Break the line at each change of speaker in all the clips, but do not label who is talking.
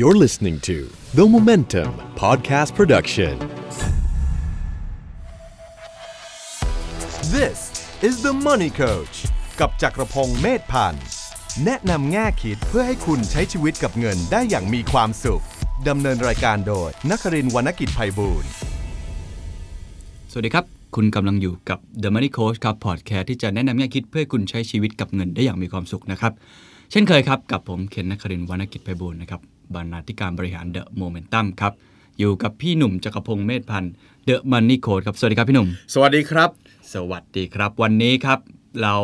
You're listening to The Momentum Podcast Production.
This is the Money Coach กับจักรพงศ์เมธพันธ์ แนะนำแง่คิดเพื่อให้คุณใช้ชีวิตกับเงินได้อย่างมีความสุข ดำเนินรายการโดยนักรินทร์วรรณกิจไพบูลย์
สวัสดีครับ คุณกำลังอยู่กับ The Money Coach ครับพอดแคสต์ที่จะแนะนำแง่คิดเพื่อให้คุณใช้ชีวิตกับเงินได้อย่างมีความสุขนะครับ เช่นเคยครับ กับผมเคนนักครินทร์วรรณกิจไพบูลย์นะครับบรรณาธิการบริหาร The Momentum ครับ อยู่กับพี่หนุ่มจักรพงศ์เมธพันธ์ The Money Coach ครับ สวัสดีครับพี่หนุ่ม
สวัสดีครับ
สวัสดีครับ วันนี้ครับเรา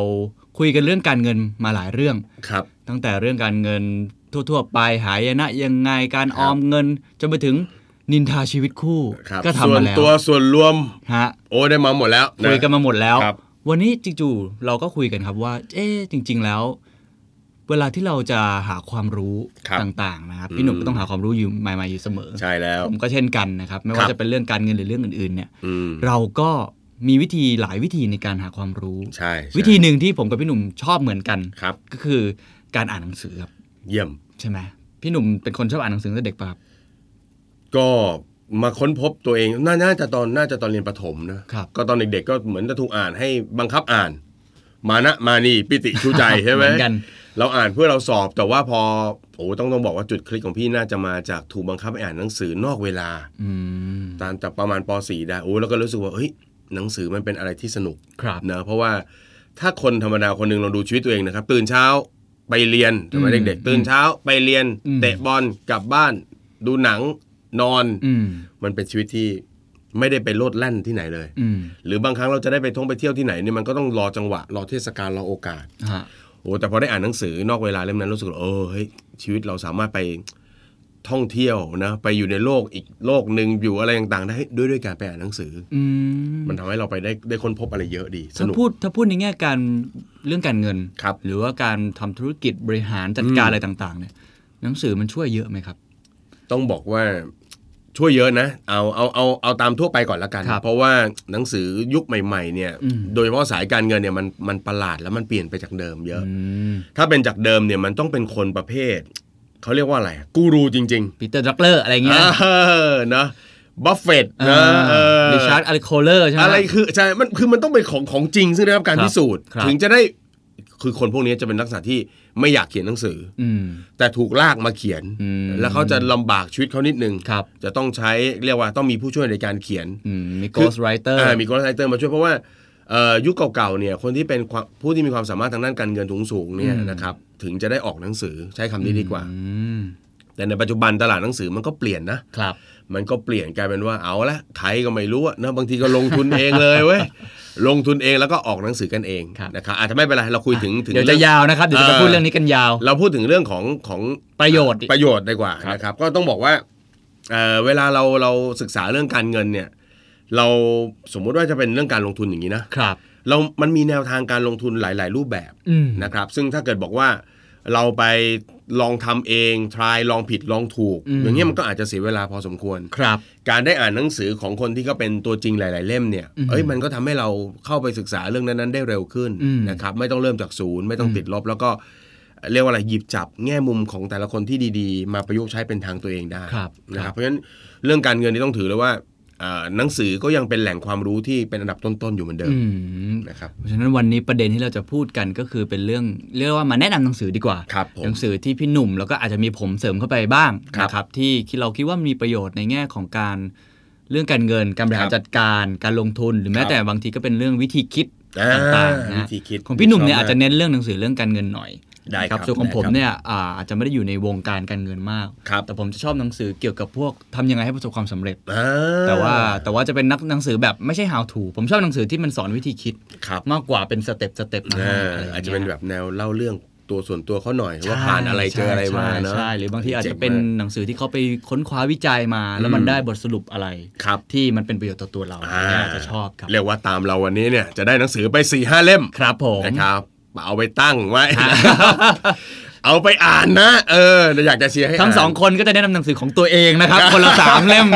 คุยกันเรื่องการเงินมาหลายเรื่อง
ครับ
ตั้งแต่เรื่องการเงินทั่วๆ ไปหายนะยังไงการออมเงินจนไปถึงนินทาชีวิตคู่
ครับ
ก็ทำ
ส่ว
มาน แล้ว
ตัวส่วนรวม
ฮะ
โอ้ได้มาหมดแล้วะ
คุยกันมาหมดแล้ว
ครับ
วันนี้จจู่ๆเราก็คุยกันครับว่า เอ๊ะจริง ๆ แล้ว เวลาที่เราจะหาความรู้
ครับ
ต่างๆนะครับพี่หนุ่ม
อืม
ก็ต้องหาความรู้อยู่ใหม่ๆอยู่เสมอ
ใช่แล้ว
ผมก็เช่นกันนะครับ ไม่
ครั
ว่า
บ
จะเป็นเรื่องการเงินหรือเรื่องอื่นๆ เนี่ย
อืม
เราก็มีวิธีหลายวิธีในการหาความรู้
ใช่ใช่
วิธีหนึ่งที่ผมกับพี่หนุ่มชอบเหมือนกัน
ครับ
ก็คือการอ่านหนังสือครับ
เยี่ยม
ใช่ไหมพี่หนุ่มเป็นคนชอบอ่านหนังสือตั้งแต่เด็กป่ะครับ
ก็มาค้นพบตัวเองนาน่าจะตอนน่าจะตอนเรียนประถมนะ
ครับ
ก็ตอนเด็กๆก็เหมือนจะถูกอ่านให้บังคับอ่าน มานะมานี่ปิติชู ใจใช่ไหม
เหมือนกัน
เราอ่านเพื่อเราสอบแต่ว่าพอโอ้ต้องต้องบอกว่าจุดคลิกของพี่น่าจะมาจากถูกบังคับให้อ่านหนังสือนอกเวลา
อืม
ตอนแต่ประมาณป .4 ได้โอ้แล้วก็รู้สึกว่าเฮ้ยหนังสือมันเป็นอะไรที่สนุก
ครับ
นะเพราะว่าถ้าคนธรรมดาคนหนึ่งลองดูชีวิตตัวเองนะครับตื่นเช้าไปเรียนทำไมย
อืม
เด็กๆตื่นเช้าไปเรียน
อืม
เตะบอลกลับบ้าน ดูหนังนอน
อืม
มันเป็นชีวิตที่ไม่ได้ไปโลดแล่นที่ไหนเลย
อืม
หรือบางครั้งเราจะได้ไปท่องไปเที่ยวที่ไหนเนี่ยมันก็ต้องรอจังหวะ รอเทศกาลรอโอกาส
ฮะ
โอ้แต่พอได้อ่านหนังสือนอกเวลาเล่มนั้นรู้สึกว่าเออเฮ้ยชีวิตเราสามารถไปท่องเที่ยวนะไปอยู่ในโลกอีกโลกหนึ่งอยู่อะไรต่างๆได้ด้วยด้วยการไปอ่านหนังสือ
อืม
มันทำให้เราไปได้ได้ค้นพบอะไรเยอะดีส
ถ้า
นุก
พูดถ้าพูดในแง่การเรื่องการเงิน
ครับ
หรือว่าการทำธุรกิจบริหารจัดการ
อืม
อะไรต่างๆ เนี่ยหนังสือมันช่วยเยอะไหมครับ
ต้องบอกว่าช่วยเยอะนะ เอาเอาเอาเอาตามทั่วไปก่อนละกัน
ครับ
เพราะว่าหนังสือยุคใหม่ๆเนี่ย
อืม
โดยเฉพาะสายการเงินเนี่ยมันมันประหลาดแล้วมันเปลี่ยนไปจากเดิมเยอะ
อืม
ถ้าเป็นจากเดิมเนี่ยมันต้องเป็นคนประเภท เขาเรียกว่าอะไรกูรูจริง
ปีเตอร์ดักเลอร์อะไร
ๆ
เงี้ย
เออนะบัฟเฟตต์นะเออ
ริชาร์ดอาริโคเลอร์ใช่ไหม
อะไรคือใช่มันคือมันต้องเป็นของของจริง ซึ่งได้รับการ
ครับ
พิสูจน์
ครับ
ถึงจะได้คือคนพวกนี้จะเป็นลักษณะที่ไม่อยากเขียนหนังสือ
อืม
แต่ถูกลากมาเขียน
อืม
แล้วเขาจะลำบากชีวิตเขานิดนึง
ครับ
จะต้องใช้เรียกว่าต้องมีผู้ช่วยในการเขียน
อืมมีโกส
คื
ไรเตอร์
ามีโกสไรเตอร์มาช่วยเพราะว่าเอ่อยุคเก่าๆเนี่ยคนที่เป็นความผู้ที่มีความสามารถทางด้านการเงินสูงๆเนี่ย
อืม
นะครับถึงจะได้ออกหนังสือใช้คำนี้ดีกว่า แต่ในปัจจุบันตลาดหนังสือมันก็เปลี่ยนนะ
ครับ
มันก็เปลี่ยนกลายเป็นว่าเอาละใครก็ไม่รู้อะนะบางทีก็ลงทุนเองเลยเว้ย ลงทุนเอาจจะแล้วก็ออกหนังสือกันเอง
ครับ
นะครับอาจจะไม่เป็นไรเราคุยถึงถึง
เดี๋ยวจะ
เรื่อง
ยาวนะครับ เดี๋ยวจะ
อ่า
พูดเรื่องนี้กันยาว
เราพูดถึงเรื่องของของ
ประโยชน์
ประโยชน์ดีกว่านะครับ ก็ต้องบอกว่าเอ่อเวลาเราเราศึกษาเรื่องการเงินเนี่ย เราสมมุติว่าจะเป็นเรื่องการลงทุนอย่างนี้นะครับ เรา มันมีแนวทางการลงทุนหลาย ๆ รูปแบบ
อืม
นะครับ ซึ่งถ้าเกิดบอกว่าเราไปลองทำเอง ทรายลองผิดลองถูก อย่างเงี้ยมันก็อาจจะเสียเวลาพอสมควร
ครับ
การได้อ่านหนังสือของคนที่เขาเป็นตัวจริงหลาย ๆ เล่มเนี่ย
อืม
เอ้ยมันก็ทำให้เราเข้าไปศึกษาเรื่องนั้น ๆ ได้เร็วขึ้น
อืม
นะครับ ไม่ต้องเริ่มจากศูนย์ไม่ต้องติดลบ แล้วก็เรียกว่าอะไรหยิบจับแง่มุมของแต่ละคนที่ดีๆ มาประยุกต์ใช้เป็นทางตัวเองได้
ครับ
นะค
ครับ
รั
บ
เพราะฉะนั้นเรื่องการเงินนี่ต้องถือเลยว่าอ่าหนังสือก็ยังเป็นแหล่งความรู้ที่เป็นอันดับต้น ๆ อยู่เหมือนเดิม
อืม
นะครับ
เพราะฉะนั้นวันนี้ประเด็นที่เราจะพูดกันก็คือเป็นเรื่องเรียกว่ามาแนะนำหนังสือดีกว่า
ครับผ
ห
ม
นังสือที่พี่หนุ่มแล้วก็อาจจะมีผมเสริมเข้าไปบ้าง
ครับ
นะครับที่ที่เราคิดว่ามีประโยชน์ในแง่ของการเรื่องการเงิน การบริหาร
ครับ
จัดการการลงทุน หรือแม้
ครับ
แต่บางทีก็เป็นเรื่องวิธีคิด
อ่า
ต่างๆนะ
วิธีคิด
ของพี่หนุ่มเนี่ย
ชอบมาก
อาจจะเน้นเรื่องหนังสือเรื่องการเงินหน่อย
ได้
นะครับ ส่วนของ
ได้
ผม
ครับ
เนี่ยอ่าอาจจะไม่ได้อยู่ในวงการการเงินมาก
ครับ
แต่ผมจะชอบหนังสือเกี่ยวกับพวกทำยังไงให้ประสบความสำเร็จ
อ่
แต่ว่าแต่ว่าจะเป็นนักหนังสือแบบไม่ใช่ how to ผมชอบหนังสือที่มันสอนวิธีคิด
ครับ
มากกว่าเป็นสเต็ปสเต็ปมาให้
อ่า
ไรย่งงี้ย
อาจจะเป็นแบบแนวเล่าเรื่องตัวส่วนตัวเขาหน่อยว่าผ่านอะไรเจออะไรมาเนาะ
ใช่ใช่หรือบางทีอาจจะเป็น
จ๋งมก
หนังสือที่เขาไปค้นคว้าวิจัยมา แล้วมันได้บทสรุปอะไร
ครับ
ที่มันเป็นประโยชน์ต่อตัวเรา
อ่า
เนี่ยอาจจะชอบครับ
เรียกว่าตามเราวันนี้เนี่ยจะได้หนังสือไป4ี่ห้าเล่ม
ครับผม
นะครับเอาไปตั้งไว้ เอาไปอ่านนะ เออเราอยากจะเชียร์
ทั้ง
ให้าน
สองคนก็จะแนะนำหนังสือของตัวเอง นะครับ คนละสามเล่ม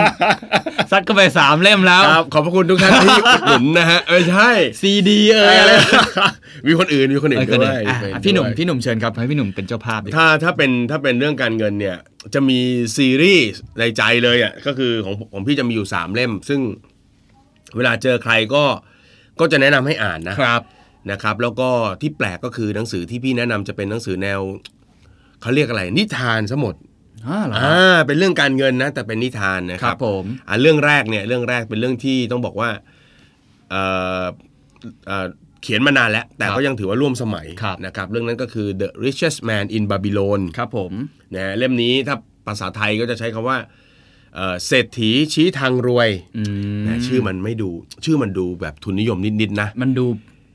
ซัดเข้าไปสามเล่มแล้ว
ครับขอบพระคุณทุกท่านที่อุดหนุนนะฮะเออใช่
ซีดีเอ่ยอะไร
มีคนอื่นมีคนอื่
เอ่ย
น
ก็
ด้
ได้
วย
อ่ะ
มีคอื่
พี่หนุ่ม
ด้วย
พี่หนุ่มเชิญครับให้พี่หนุ่มเป็นเจ้าภาพดีกว่า
ถ้าถ้าเป็นถ้าเป็นเรื่องการเงินเนี่ย จะมีซีรีส์ในใจเลยอ่ะก็คือของของพี่จะมีอยู่สามเล่ม ซึ่งเวลาเจอใครก็ก็จะแนะนำให้อ่านนะ
ครับ
นะครับแล้วก็ที่แปลกก็คือหนังสือที่พี่แนะนำจะเป็นหนังสือแนวเขาเรียกอะไรนิทานซะหมด
อ่าเหรอ
อ่าเป็นเรื่องการเงินนะแต่เป็นนิทานนะ
ค
ค
รั
รั
บบ ผม
อ่าเรื่องแรกเนี่ยเรื่องแรกเป็นเรื่องที่ต้องบอกว่าเอ่อเอ่อเขียนมานานแล้ว แต่ก็ยังถือว่าร่วมสมัยนะครับเรื่องนั้นก็คือ The Richest Man in Babylon
ครับผม
นะเล่มนี้ถ้าภาษาไทยก็จะใช้คำว่าเอ่อเศรษฐีชี้ทางรวย
อืม
นะชื่อมันไม่ดูชื่อมันดูแบบทุนนิยมนิดๆนะ
มันดู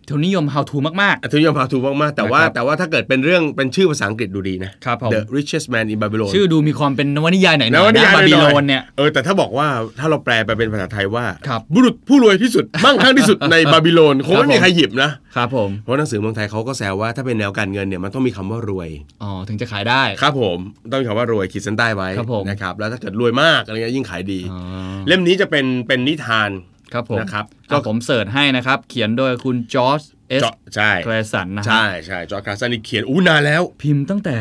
ทุนนิยม how to มาก
อธิยมพาทูมากๆแต่ว่า
นะครับ
แต่ว่าถ้าเกิดเป็นเรื่องเป็นชื่อภาษาอังกฤษดูดีนะ
ครับผม
The richest man in Babylon
ๆ ชื่อดูมีความเป็นนวนิยายไหนๆ
แล้ว
นะบาบิโลนเนี่ย
เออแต่ถ้าบอกว่าถ้าเราแปลไปเป็นภาษาไทยว่า
ครับ
บุรุษผู้รวยที่สุ ด มั่งคั่งที่สุดในบาบิโลนคงไม่มีใครหยิบนะ
ครับผม
เพราะหนังสือเมืองไทยเขาก็แซวว่าถ้าเป็นแนวการเงินเนี่ยมันต้องมีคำว่ารวย
อ๋อถึงจะขายได้
ครับผมต้องมีคำว่ารวยขีดเส้นใต้ไว้
ครับผม
นะครับแล้วถ้าเกิดรวยมากอะไรเงี้ยยิ่งขายดี
อ๋อ
เล่มนี้จะเป็นเป็นนิทาน
ครับผม
นะครับก็
ก็ผมเสิร์ชให้นะครับ เขียนโดยคุณจอร์จเอส
เจาะใช่
แคลสันนะฮะ
ใช่ใช่จอร์จคาร์สันนี่เขียนอู้นานแล้ว
พิมพ์ตั้งแต่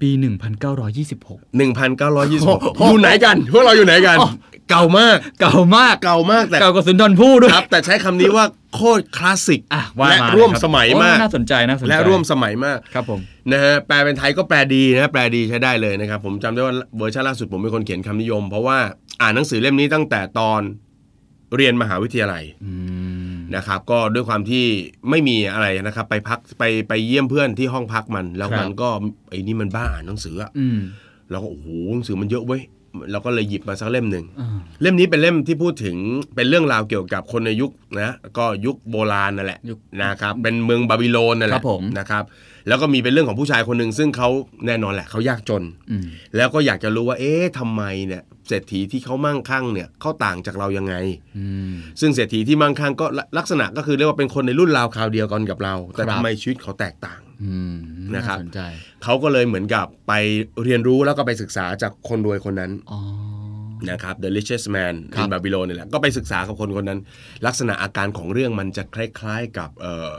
ปี 1926
1,926อยู่ไหนกัน พวกเราอยู่ไหนกัน เก่ามาก
เก่ามาก
เก่ามากแต่
เก่ากว่าสุนทรภู่ด้วย
ครับ แต่ใช้คำนี้ว่าโคตรคลาสสิก
อ่ะว่า
และ
มา
ร่วม
นะครับ
สมัย
โอ้
มาก
น่าสนใจน่าสนใจ
และร่วมสมัยมาก
ครับผม
นะฮะแปลเป็นไทยก็แปลดีนะแปลดีใช้ได้เลยนะครับ ผมจำได้ว่าเวอร์ชันล่าสุดผมเป็นคนเขียนคำนิยม เพราะว่าอ่านหนังสือเล่มนี้ตั้งแต่ตอนเรียนมหาวิทยาลัยนะครับ ก็ด้วยความที่ไม่มีอะไรนะครับ ไปพักไปไปเยี่ยมเพื่อนที่ห้องพักมัน แล้ว
ครับ
มันก็ไอ้นี่มันบ้าอ่านหนังสืออะ
อืม
เราก็โอ้โหหนังสือมันเยอะเว้ยเราก็เลยหยิบมาสักเล่มหนึ่ง
อ่า
เล่มนี้เป็นเล่มที่พูดถึงเป็นเรื่องราวเกี่ยวกับคนในยุคนะก็ยุคโบราณนั่นแหละ
ยุค
นะครับเป็นเมืองบาบิโลนนั่น
ค
แห
รั
ละ
บผม
นะครับ แล้วก็มีเป็นเรื่องของผู้ชายคนหนึ่งซึ่งเขาแน่นอนแหละเขายากจน
อืม
แล้วก็อยากจะรู้ว่าเอ๊ะทำไมเนี่ยเศรษฐีที่เขามั่งคั่งเนี่ยเขาต่างจากเรายังไง
อืม
ซึ่งเศรษฐีที่มั่งคั่งก็ลลักษณะก็คือเรียกว่าเป็นคนในรุ่นราวคราวเดียวกันกับเรา แต่
ครับ
ทำไมชีวิตเขาแตกต่าง
อืม
นะครับ
าสนใจ
เขาก็เลยเหมือนกับไปเรียนรู้แล้วก็ไปศึกษาจากคนรวยคนนั้น
อ๋อ
นะครับ The Richest Man
ครับ
in Babylon นี่แหละก็ไปศึกษากับคนคนนั้น ลักษณะอาการของเรื่องมันจะคล้ายๆกับเอ่อ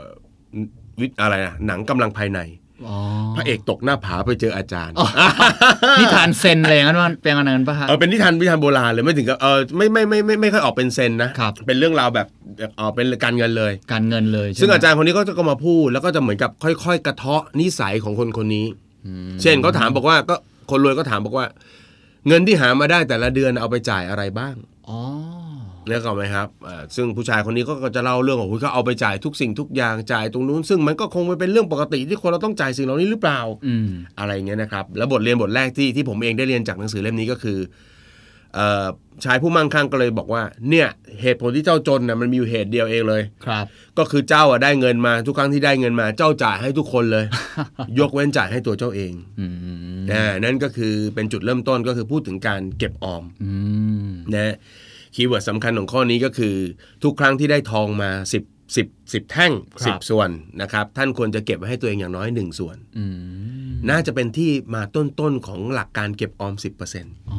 วิอะไรนะหนังกำลังภายใน
อ๋อ
พระเอกตกหน้าผาไปเจออาจารย์
นิทานเซนอะไรอย่างนั้นว่าเป็นอะไรนั้นปะฮะ
เออเป็นนิทานนิทานโบราณเลยไม่ถึงกับเออไม่ไม่ไม่ไม่ไม่ค่อยออกเป็นเซนนะ
ครับ
เป็นเรื่องราวแบบเออเป็นการเงินเลย
การเงินเลยใช่ไหม
ซึ่งอาจารย์คนนี้ก็จะก็มาพูด แล้วก็จะเหมือนกับค่อย ๆ กระเทาะนิสัยของคนคนนี้
อืม
เช่นเขาถามบอกว่าก็คนรวยก็ถามบอกว่า เงินที่หามาได้แต่ละเดือนเอาไปจ่ายอะไรบ้าง
อ๋อ
นี่ยก็ไหมครับเอ่อซึ่งผู้ชายคนนี้ก็ก็จะเล่าเรื่องของคุณเขาเอาไปจ่ายทุกสิ่งทุกอย่างจ่ายตรงนู้น ซึ่งมันก็คงไม่เป็นเรื่องปกติที่คนเราต้องจ่ายสิ่งเหล่านี้หรือเปล่า
อืม
อะไรอย่างเงี้ยนะครับ แล้วบทเรียนบทแรกที่ที่ผมเองได้เรียนจากหนังสือเล่มนี้ก็คือเอ่อชายผู้มั่งคั่งก็เลยบอกว่า เนี่ยเหตุผลที่เจ้าจนน่ะมันมีอยู่เหตุเดียวเองเลย
ครับ
ก็คือเจ้าอะได้เงินมาทุกครั้งที่ได้เงินมา เจ้าจ่ายให้ทุกคนเลย ยกเว้นจ่ายให้ตัวเจ้าเอง
อืม
อ่านั่นก็คือเป็นจุดเริ่มต้นก็คือพูดถึงการเก็บออม
อืม
นะฮะคีย์เวิร์ดสำคัญของข้อนี้ก็คือ ทุกครั้งที่ได้ทองมา 10 10 10 แท่ง
ครับ
10 ส่วนนะครับ ท่านควรจะเก็บไว้ให้ตัวเองอย่างน้อย 1 ส่วน
อืม
น่าจะเป็นที่มาต้นๆของหลักการเก็บออม 10%
อ๋อ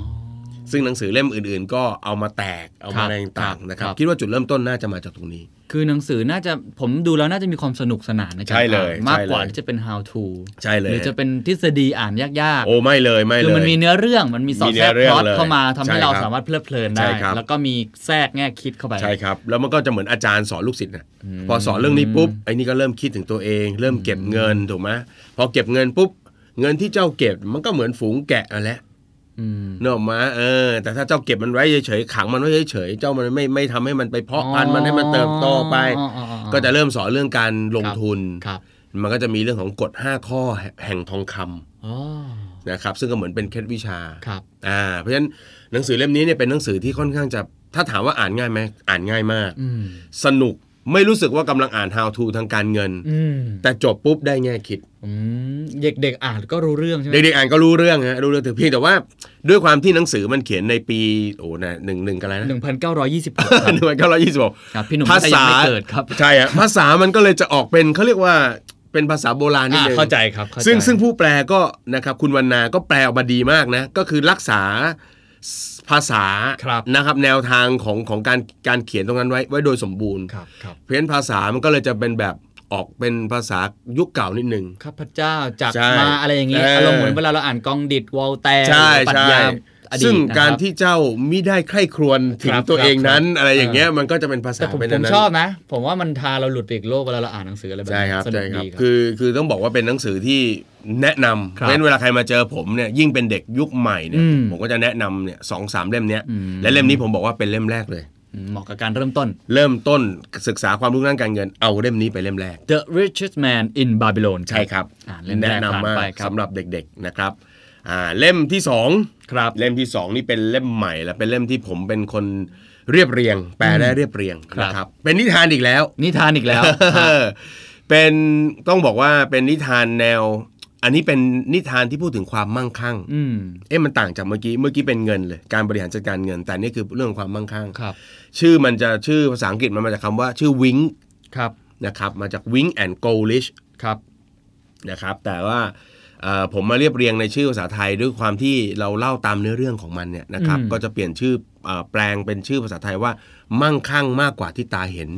ซึ่งหนังสือเล่มอื่นๆ ก็เอามาแตกเอา
ครั
มา
บ
อะไรต่างๆนะครับ
ครับ
คิดว่าจุดเริ่มต้นน่าจะมาจากตรงนี้
คือหนังสือน่าจะผมดูแล้วน่าจะมีความสนุกสนานในการ
ใช่เลย
อ่านมากกว่า
ใช่เลย
ที่จะเป็น how to
ใช่เลย
หรือจะเป็นทฤษฎีอ่านยาก
โอ้ไม่เลยไม่
ๆ
เลย
คือมันมีเนื้อเรื่องมันมีสอด
มีเนื้
แทรก
อเรื่
พ
อ
ล็
ง
อต
เลย
เข้ามาทำให้
ใช่
เรา
ครับ
สามารถเพลิดเพลินได้
ใช่ครับ
แล้วก็มีแทรกแง่คิดเข้าไป
ใช่ครับ แล้วมันก็จะเหมือนอาจารย์สอนลูกศิษย์นะพอสอนเรื่องนี้ปุ๊บไอ้นี่ก็เริ่มคิดถึงตัวเอง เริ่มเก็บเงินถูกไหมพอเก็บเงินปุ๊บเงินที่เจ้าเก็บมันก็เหมือนฝูงแกะนั่นแหละ
อืม
เนกออกมาเออ แต่ถ้าเจ้าเก็บมันไว้เฉยๆขังมันไว้เฉยๆเจ้ามันไม่ไม่ทำให้มันไปเพาะพันธุ์มันให้มันเติบโตไป
อ๋ออ๋ออ๋อ
ก็จะเริ่มสอนเรื่องการลงทุน
ครับ
มันก็จะมีเรื่องของกฎ 5 ข้อแห่งทองคำ
อ๋อ
นะครับ ซึ่งก็เหมือนเป็นเคล็ดวิชา
ครับ
อ่าเพราะฉะนั้นหนังสือเล่มนี้เนี่ยเป็นหนังสือที่ค่อนข้างจะถ้าถามว่าอ่านง่ายไหมอ่านง่ายมาก
อืม
สนุกไม่รู้สึกว่ากำลังอ่าน how to ทางการเงิน
อืม
แต่จบปุ๊บได้แง่คิด
อืมเด็กๆอ่านก็รู้เรื่องใช่ไหม
เด็กๆอ่านก็รู้เรื่องฮะรู้เรื่องถึงเพียงแต่ว่าด้วยความที่หนังสือมันเขียนในปีโอ้นะหนึ่งหนึ่งกันแล้วนะ
หนึ่งพันเก้าร้อยยี่สิบ
หนึ่งพันเก้าร้อยยี่สิบหก
ครับ พี่หนุ่ม
ภาษา
ไม่เกิดครับ
ใช่ฮะภาษามันก็เลยจะออกเป็นเขาเรียกว่าเป็นภาษาโบราณนิด
อ่า
นึง
เข้าใจครับเข้าใจ
ซึ่งซึ่งผู้แปลก็นะครับคุณวรรณาก็แปลออกมาดีมากนะ ก็คือรักษาภาษานะครับ แนวทางของของการการเขียนตรงนั้นไว้ไว้โดยสมบูรณ์
ครับครับ
เพี้ยนภาษามันก็เลยจะเป็นแบบ ออกเป็นภาษายุคเก่านิดนึง
ข้าพเจ้าจาก
ใช่
มาอะไรอย่างนี้
เอออ
อารมณ์เหมือนเวลาเราอ่านกองดิดวอลแตร์
ใช่
ปรัช
ใช่
ญาอดีต
ซึ่ง
นะคบ
การที่เจ้ามิได้ใคร่ครวญถึง
ครับ
ตัวเองนั้น
ครับ
อะไรอย่างเงี้ยมันก็จะเป็นภาษา
แต่ผม
เป็น
ผ
อัน
ม
นั้น
ชอบนะ ผมว่ามันพาเราหลุดไปอีกโลกเวลาเราอ่านหนังสืออะไรแบบ
ใช่
นี้
ครับ
สนุ
ใช่
ก
ครับ
ดีครับ
คือคือต้องบอกว่าเป็นหนังสือที่แนะนำ
ครับ
เว้นเวลาใครมาเจอผมเนี่ยยิ่งเป็นเด็กยุคใหม่เนี่ย
อืม
ผมก็จะแนะนำเนี่ยสองสามเล่มเนี้ย
อืม
และเล่มนี้ผมบอกว่าเป็นเล่มแรกเลย
เหมาะกับการเริ่มต้น
เริ่มต้นศึกษาความรู้ด้านการเงินเอาเล่มนี้ไปเล่มแรก
The Richest Man in Babylon
ใช่ครับ
อ่าเล่มแร
แนะ
กผ่าน
นำมาก
ไปครับ
สำหรับเด็กๆนะครับอ่าเล่มที่สอง
ครับ
เล่มที่ 2 นี่เป็นเล่มใหม่และเป็นเล่มที่ผมเป็นคนเรียบเรียง แปลได้เรียบเรียง
ครับ
นะครับเป็นนิทานอีกแล้ว
นิทานอีกแล้ว
เป็นต้องบอกว่าเป็นนิทานแนว อันนี้เป็นนิทานที่พูดถึงความมั่งคั่ง
อืม
เอ๊ะมันต่างจากเมื่อกี้เมื่อกี้เป็นเงินเลยการบริหารจัดการเงิน แต่นี่คือเรื่องของความมั่งคั่ง
ครับ
ชื่อมันจะชื่อภาษาอังกฤษมันมาจากคำว่าชื่อวิง
ครับ
นะครับมาจาก wing and g o l i s h
ครับ
นะครับแต่ว่าเอ่อผมมาเรียบเรียงในชื่อภาษาไทยด้วยความที่เราเล่าตามเนื้อเรื่องของมันเนี่ยนะครับ
อืม
ก็จะเปลี่ยนชื่อเอ่อแปลงเป็นชื่อภาษาไทยว่ามั่งคั่งมากกว่าที่ตาเห็น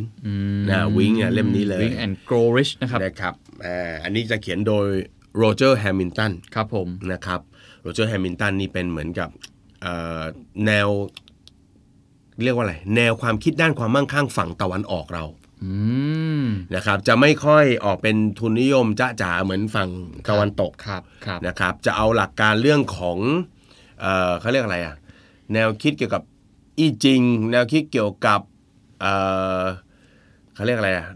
นะ Wing เนี่ยเล่มนี้เลย
Wing and Grow Rich นะครับ
นะครับอ่าอันนี้จะเขียนโดยโรเจอร์แฮมิลตัน
ครับผม
นะครับโรเจอร์แฮมิลตันนี่เป็นเหมือนกับเอ่อแนว เรียกว่าอะไร แนวความคิดด้านความมั่งคั่งฝั่งตะวันออกเรา
อืม
นะครับจะไม่ค่อยออกเป็นทุนนิยมจ้าจ๋าเหมือนฝั่งตะวันตก
ครับครับ
นะครับจะเอาหลักการเรื่องของเออเขาเรียกอะไรอะแนวคิดเกี่ยวกับอี้จริง แนวคิดเกี่ยวกับเอ่อเขาเรียกอะไรอะ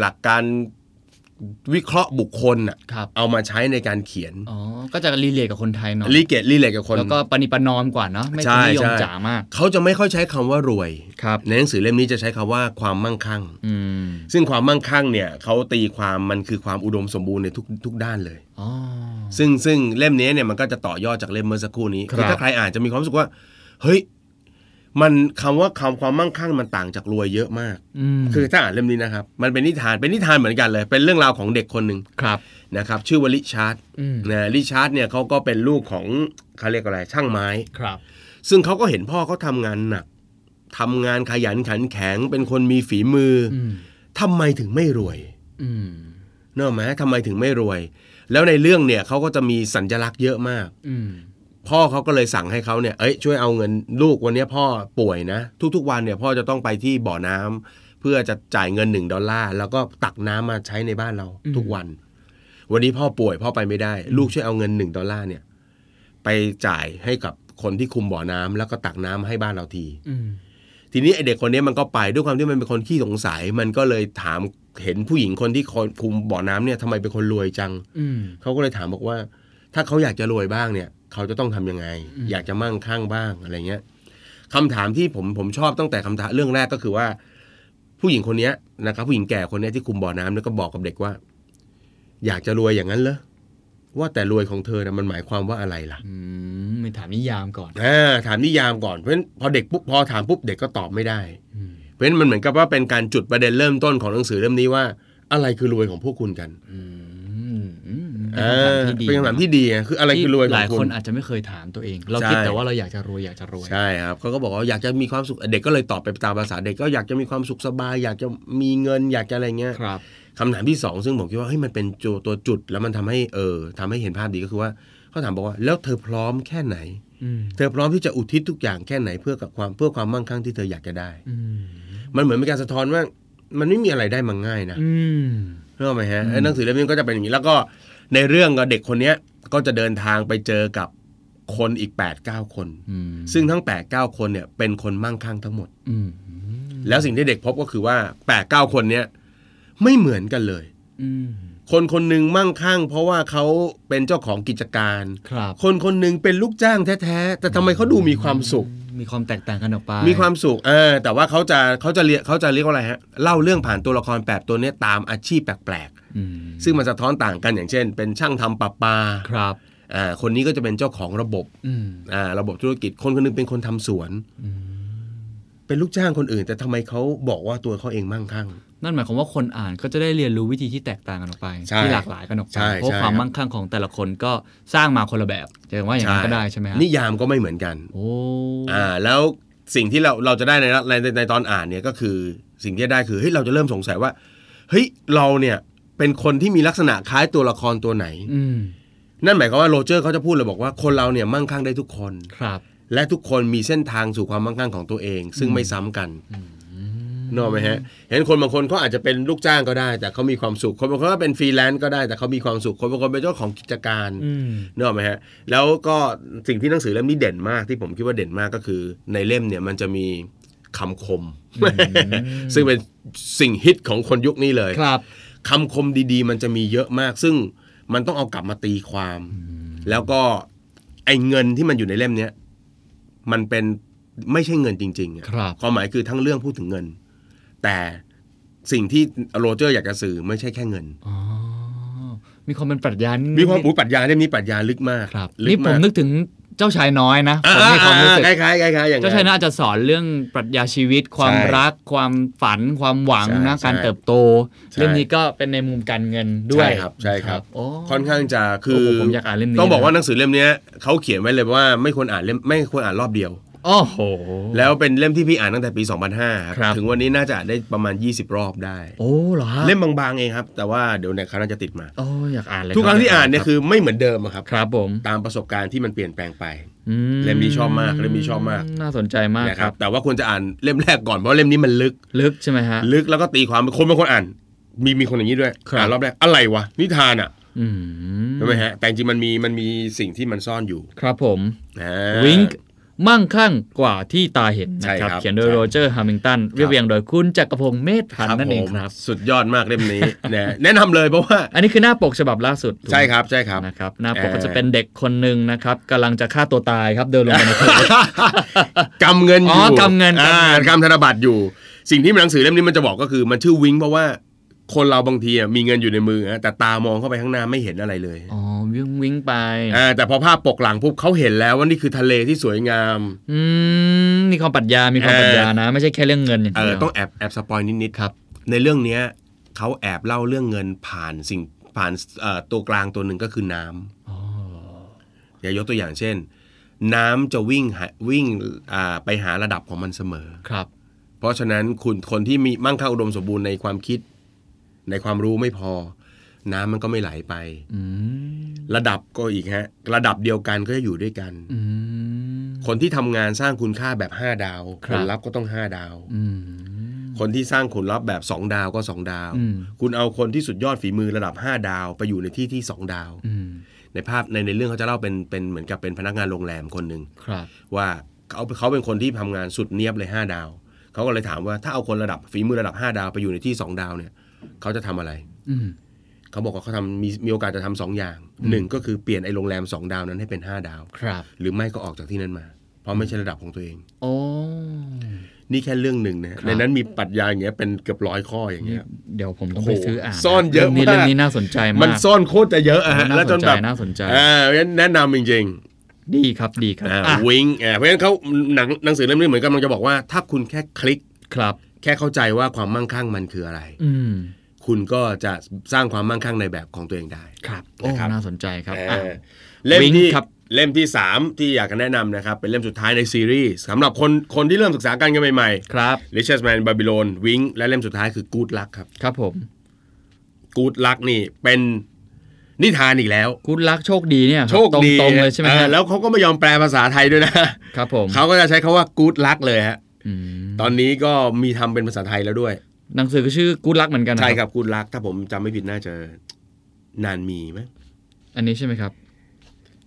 หลักการวิเคราะห์บุคคลอะ
ครับ
เอามาใช้ในการเขียน
อ๋อ ก็จะรีเลทกับคนไทยหน่อย
ลิเกตลิเลกับคน
แล้วก็ปณิประนอมกว่าเนาะไม่
ใช่
นิยม
ใช่
จ๋ามาก
เขาจะไม่ค่อยใช้คำว่ารวย
ครับ
ในหนังสือเล่มนี้จะใช้คำว่าความมั่งคั่ง
อืม
ซึ่งความมั่งคั่งเนี่ยเขาตีความมันคือความอุดมสมบูรณ์ในทุกทุกด้านเลย
อ๋อ
ซึ่งซึ่งเล่มนี้เนี่ยมันก็จะต่อยอดจากเล่มเมื่อสักครู่นี้
ครับ
คือถ้าใครอ่านจะมีความรู้สึกว่า เฮ้ย มันคำว่าคำความมั่งคั่งมันต่างจากรวยเยอะมาก
อืม
คือถ้าอ่านเล่มนี้นะครับ มันเป็นนิทานเป็นนิทานเหมือนกันเลย เป็นเรื่องราวของเด็กคนหนึ่ง
ครับ
นะครับ ชื่อว่าริชาร์ด
อืม
นะริชาร์ดเนี่ยเขาก็เป็นลูกของเขาเรียกอะไรช่างไม้
ครับ
ซึ่งเขาก็เห็นพ่อเขาทำงานหนักทำงานขยันขันแข็ง เป็นคนมีฝีมืออ
อืม
ทำไมถึงไม่รวย
อืม
เนกอะไหมทำไมถึงไม่รวย แล้วในเรื่องเนี่ยเขาก็จะมีสัญลักษณ์เยอะมาก
อืม
พ่อเขาก็เลยสั่งให้เขาเนี่ย เอ้ยช่วยเอาเงินลูกวันเนี้ยพ่อป่วยนะ ทุกๆวันเนี่ยพ่อจะต้องไปที่บ่อน้ำเพื่อจะจ่ายเงินหนึ่งดอลลาร์แล้วก็ตักน้ำมาใช้ในบ้านเราทุกวัน วันนี้พ่อป่วยพ่อไปไม่ได้ ลูกช่วยเอาเงินหนึ่งดอลลาร์เนี่ย ไปจ่ายให้กับคนที่คุมบ่อน้ำแล้วก็ตักน้ำให้บ้านเราที
อืม
ทีนี้ไอเด็กคนนี้มันก็ไปด้วยความที่มันเป็นคนขี้สงสัย มันก็เลยถามเห็นผู้หญิงคนที่คอยคุมบ่อน้ำเนี่ยทำไมเป็นคนรวยจัง
อืม
เขาก็เลยถามบอกว่า ถ้าเขาอยากจะรวยบ้างเนี่ย เขาจะต้องทำยังไง อยากจะมั่งคั่งบ้างอะไรเงี้ยคำถามที่ผมผมชอบตั้งแต่คำถามเรื่องแรกก็คือว่า ผู้หญิงคนเนี้ยนะครับ ผู้หญิงแก่คนเนี้ยที่คุมบ่อน้ำเนี่ยก็บอกกับเด็กว่า อยากจะรวยอย่างนั้นเหรอว่าแต่รวยของเธอนะมันหมายความว่าอะไรล่ะ
อืมไม่ถามนิยามก่อน
อ่าถามนิยามก่อนเพราะฉะนั้นพอเด็กปุ๊บพอถามปุ๊บเด็กก็ตอบไม่ได้
อืม
เพราะฉะนั้นมันเหมือนกับว่าเป็นการจุดประเด็นเริ่มต้นของหนังสือเล่มนี้ว่า อะไรคือรวยของพวกคุณกัน
อืมอืม
อ่าเป็นคำถามที่ดีไงคืออะไรคือรวยข
ห
อง
ลาย
คุณ
คนอาจจะไม่เคยถามตัวเอง เรา
ใช่
คิดแต่ว่าเราอยากจะรวยอยากจะรวย
ใช่ครับเขาก็บอกว่าอยากจะมีความสุขเด็กก็เลยตอบไปตามภาษาเด็กก็อยากจะมีความสุขสบาย อยากจะมีเงินอยากจะอะไรเงี้ย
ครับ
คำถามที่ 2 ซึ่งผมคิดว่าเฮ้ยมันเป็นจตัวจุด แล้วมันทำให้เออทำให้เห็นภาพดีก็คือว่าเขาถามบอกว่าแล้วเธอพร้อมแค่ไหน
อืม
เธอพร้อมที่จะอุทิศทุกอย่างแค่ไหนเพื่อกับความเพื่อความมั่งคั่งที่เธออยากจะได้
อืม
มันเหมือนเป็นการสะท้อนว่ามันไม่มีอะไรได้มาง่ายนะ
อืม
เรื่องไหมฮะไอ้หนังสือเล่มนี้ก็จะเป็นอย่างนี้แล้วก็ในเรื่องก็เด็กคนเนี้ยก็จะเดินทางไปเจอกับคนอีก 8 9 คน
อืม
ซึ่งทั้ง 8 9 คนเนี่ยเป็นคนมั่งคั่งทั้งหมด
อืม
แล้วสิ่งที่เด็กพบก็คือว่า 8 9 คนเนี้ยไม่เหมือนกันเลย
อืม
คนคนหนึ่งมั่งคั่ง เพราะว่าเขาเป็นเจ้าของกิจการ
ครับ
คนคนหนึ่งเป็นลูกจ้างแท้ๆแต่ทำไมเขาดูมีความสุข
มีความแตกต่างกันออกไป
มีความสุขเออแต่ว่าเขาจะเขาจะเรียกเขาจะเรียกว่าอะไรฮะเล่าเรื่องผ่านตัวละครแปดตัวเนี้ยตามอาชีพแปลกๆ
อืม
ซึ่งมันสะท้อนต่างกันอย่างเช่น เป็นช่างทำประปา
ครับ
อ่าคนนี้ก็จะเป็นเจ้าของระบบ
อืม
อ่าระบบธุรกิจ คนคนหนึงเป็นคนทำสวน เป็นลูกจ้างคนอื่น แต่ทำไมเขาบอกว่าตัวเขาเองมั่งคั่ง
นั่นหมายความว่าคนอ่านก็จะได้เรียนรู้วิธีที่แตกต่างกันออกไป
ใช่
ที่หลากหลายกันออกไป
ใช่
เพราะ
ใช่
ความ
ครับ
มั่งคั่งของแต่ละคนก็สร้างมาคนละแบบจะว่าอย่างนั้นก็ได้ใช่ไหมฮะ
นิยามก็ไม่เหมือนกัน
โอ้
อ่าแล้วสิ่งที่เราเราจะได้ในในในในตอนอ่านเนี่ยก็คือสิ่งที่ได้คือเฮ้ยเราจะเริ่มสงสัยว่าเฮ้ยเราเนี่ย เป็นคนที่มีลักษณะคล้ายตัวละครตัวไหน
อืม
นั่นหมายความว่าโรเจอร์เขาจะพูดเลยบอกว่าคนเราเนี่ยมั่งคั่งได้ทุกคน
ครับ
และทุกคนมีเส้นทางสู่ความมั่งคั่งของตัวเอง ซึ่งไม่ซ้ำกันนกออกไหมฮะ เห็นคนบางคนเขาอาจจะเป็นลูกจ้างก็ได้ แต่เขามีความสุข คนบางคนก็เป็นฟรีแลนซ์ก็ได้ แต่เขามีความสุข คนบางคนเป็นเจ้าของกิจการ
อืม
นกออกไหมฮะ แล้วก็สิ่งที่หนังสือเล่มนี้เด่นมากที่ผมคิดว่าเด่นมากก็คือ ในเล่มเนี่ยมันจะมีคำคม ซึ่งเป็นสิ่งฮิตของคนยุคนี้เลย
ครับ
คำคมดีๆ มันจะมีเยอะมาก ซึ่งมันต้องเอากลับมาตีความ แล้วก็ไอ้เงินที่มันอยู่ในเล่มเนี้ยมันเป็นไม่ใช่เงินจริงๆอะ
ครับ
ความหมายคือทั้งเรื่องพูดถึงเงิน แต่สิ่งที่โรเจอร์อยากจะสื่อไม่ใช่แค่เงิน
อ๋อ มีความเป็นปรัชญานิด
มีความอุยปรัชญาเล่มนี้ปรัชญาลึกมาก
ครับ
ลึ
นี่ผม
กาก
นึกถึงเจ้าชายน้อยนะ
อ่า
ผมมีความรู้สึก
ๆๆคล้ายๆคล้ายๆอย่าง
เจ้า
นั้
ชาย
น
น่าจะสอนเรื่องปรัชญาชีวิต ความ
ใช่
รัก ความฝัน ความหวัง
ใช่
นะการ
ใช่
เติบโต
ใช่
เรื่องนี้ก็เป็นในมุมการเงินด้วย
ใช่ครับใช่ครับ
โอ้
ค่อนข้างจะคือ
โอ้โหผมอยากอ่านเล่มนี้
ต้องบอกว่าหนังสือเล่มเนี้ยเขาเขียนไว้เลยว่าไม่ควรอ่านเล่มไม่ควรอ่านรอบเดียว
โอ้โห
แล้วเป็นเล่มที่พี่อ่านตั้งแต่ปี 2005
ครับ
ถึงวันนี้น่าจะอ่านได้ประมาณ 20 รอบได้
โอ้เหรอฮะ
เล่มบางๆเองครับ แต่ว่าเดี๋ยวในครั้งหน้าจะติดมา
โอ้อยากอ่านเลย
ทุกครั้งที่อ่านเนี่ยคือไม่เหมือนเดิมอะครับ
ครับผม
ตามประสบการณ์ที่มันเปลี่ยนแปลงไป
อื
เล่มนี้ชอบมากเล่มนี้ชอบมาก
น่าสนใจมาก
นะค
ค
รั
รับ บ
แต่ว่าควรจะอ่านเล่มแรกก่อนเพราะเล่มนี้มันลึก
ลึกใช่ไหมฮะ
ลึกแล้วก็ตีความคนบางคนอ่าน มีมีคนอย่างนี้ด้วย
ครับ
อ่านรอบแรกอะไรวะนิทานอะ
อืม
ใช่ไหมฮะแต่จริงๆมันมีมันมีสิ่งที่มันซ่อนอยู่
ครับผม
อ่า
วิงมั่งคั่งกว่าที่ตาเห็นนะค
ใช่
รับ
ครับ
เขียนโดย
ใช่
โรเจอร์ฮามิงตันเรียบเรียงโดยคุณจักรพงศ์เมธพันธ์นั่นเอง
ผม
ครับ
สุดยอดมากเล่มนี้ นะแนะนำเลยเพราะว่า
อันนี้คือหน้าปกฉบับล่าสุด
ใช่ครับใช่ครับ
นะครับหน้าปก
เอ่อ
ก็จะเป็นเด็กคนหนึ่งนะครับกำลังจะฆ่าตัวตายครับเดินลง ไปใน ทะเล
กำเงินอ
อ๋
ยู่
อกำเงิน
อ่าก
ำเงิน
กำธนบัตรอยู่ สิ่งที่หนังสือเล่มนี้มันจะบอกก็คือมันชื่อวิงเพราะว่าคนเราบางทีอ่ะมีเงินอยู่ในมือฮะแต่ตามองเข้าไปข้างหน้าไม่เห็นอะไรเลย
อ๋อวิ่งวิ่งไป
อ่าแต่พอภาพปกหลังปุ๊บเขาเห็นแล้วว่านี่คือทะเลที่สวยงาม
อืมมีความปรัชญา มีความ
เอ่อ
ปรัชญานะ ไม่ใช่แค่เรื่องเงินอย่าง
เอ
เดี
อ
ยว
ต้องแอบแอบสปอยนิดนิด
ครับ
ในเรื่องเนี้ยเขาแอบเล่าเรื่องเงินผ่านสิ่งผ่านเอ่อตัวกลางตัวหนึ่งก็คือน้ำอย่ายกตัวอย่างเช่น น้ำจะวิ่งหาวิ่งอ่าไปหาระดับของมันเสมอ
ครับ
เพราะฉะนั้นคุณคนที่มีมั่งคั่งอุดมสมบูรณ์ในความคิด ในความรู้ไม่พอ น้ำมันก็ไม่ไหลไป
อืม
ระดับก็อีกฮะ ระดับเดียวกันก็จะอยู่ด้วยกัน
อืม
คนที่ทำงานสร้างคุณค่าแบบ 5 ดาว
ค
ผ
รับ
ลลัพธ์ก็ต้อง 5 ดาว
อืม
คนที่สร้างผลลัพธ์แบบ 2 ดาวก็ 2 ดาว
อืม
คุณเอาคนที่สุดยอดฝีมือระดับ 5 ดาว ไปอยู่ในที่ที่ 2 ดาว
อืม
ในภาพในในเรื่องเขาจะเล่าเป็นเป็นเหมือนกับเป็นพนักงานโรงแรมคนหนึ่ง
ครับ
ว่าเขาเขาเป็นคนที่ทำงานสุดเนียบเลย 5 ดาว เขาก็เลยถามว่าถ้าเอาคนระดับฝีมือระดับ 5 ดาวไปอยู่ในที่ 2 ดาวเนี่ยเขาจะทำอะไร
อืม
เขาบอกว่าเขาทำมีมีโอกาสจะทำสองอย่างหนึ่งก็คือเปลี่ยนไอ้โรงแรม 2 ดาวนั้นให้เป็น 5 ดาว
ครับ
หรือไม่ก็ออกจากที่นั้นมา เพราะไม่ใช่ระดับของตัวเอง
โอ้
นี่แค่เรื่องหนึ่งนะในนั้นมีปรัชญาอย่างเงี้ยเป็นเกือบร้อยข้ออย่างเงี้ย
เดี๋ยวผมต้องไป
โอ้โห
ซื้ออ่าน
ซ่อนเยอะ
เรื่องนี้
มาก
เรื่องนี้น่าสนใจมาก
มันซ่อนโคตรจะเยอะอะฮะ
น่า
แล้ว
ส
จ
น
น
ใจ
แบบ
น่าสนใจ
อ่าเพราะฉะนั้นแนะนำจริงๆ
ดีครับดีครับอ่ะ
วิงอ่าเพราะฉะนั้นเขาหนังหนังสือเล่มนี้เหมือนกำลังจะบอกว่า ถ้าคุณแค่คลิก
ครับ
แค่เข้าใจว่าความมั่งคั่งมันคืออะไร
อืม
คุณก็จะสร้างความมั่งคั่งในแบบของตัวเองได้
ครับโอ้
นะครับ
น่าสนใจครับ
เอ
อ่ะ
อเล่มที่
Wing ครับ
เล่มที่ 3 ที่อยากจะแนะนำนะครับ เป็นเล่มสุดท้ายในซีรีส์สำหรับคนคนที่เริ่มศึกษาการเงินใหม่
ครับ
ๆ Richard Man Babylon วิงและเล่มสุดท้ายคือ Good Luck ครับ
ครับผม
Good Luck นี่เป็นนิทานอีกแล้ว
คุณรักโชคดีเนี่ยรับ
โชคดี
ตรงๆเลยใช่ไหม
อ
ฮะ
อแล้วเขาก็ไม่ยอมแปลภาษาไทยด้วยนะ
ครับผม
เขาก็จะใช้คาว่า Good Luck เลยฮะ
อืม
ตอนนี้ก็มีทำเป็นภาษาไทยแล้วด้วย
หนังสือก็ชื่อกูรักเหมือนกันนะ
ใช่ครับกูรัก ถ้าผมจำไม่ผิดน่าจะนานมีไหม
อันนี้ใช่ไหมครับ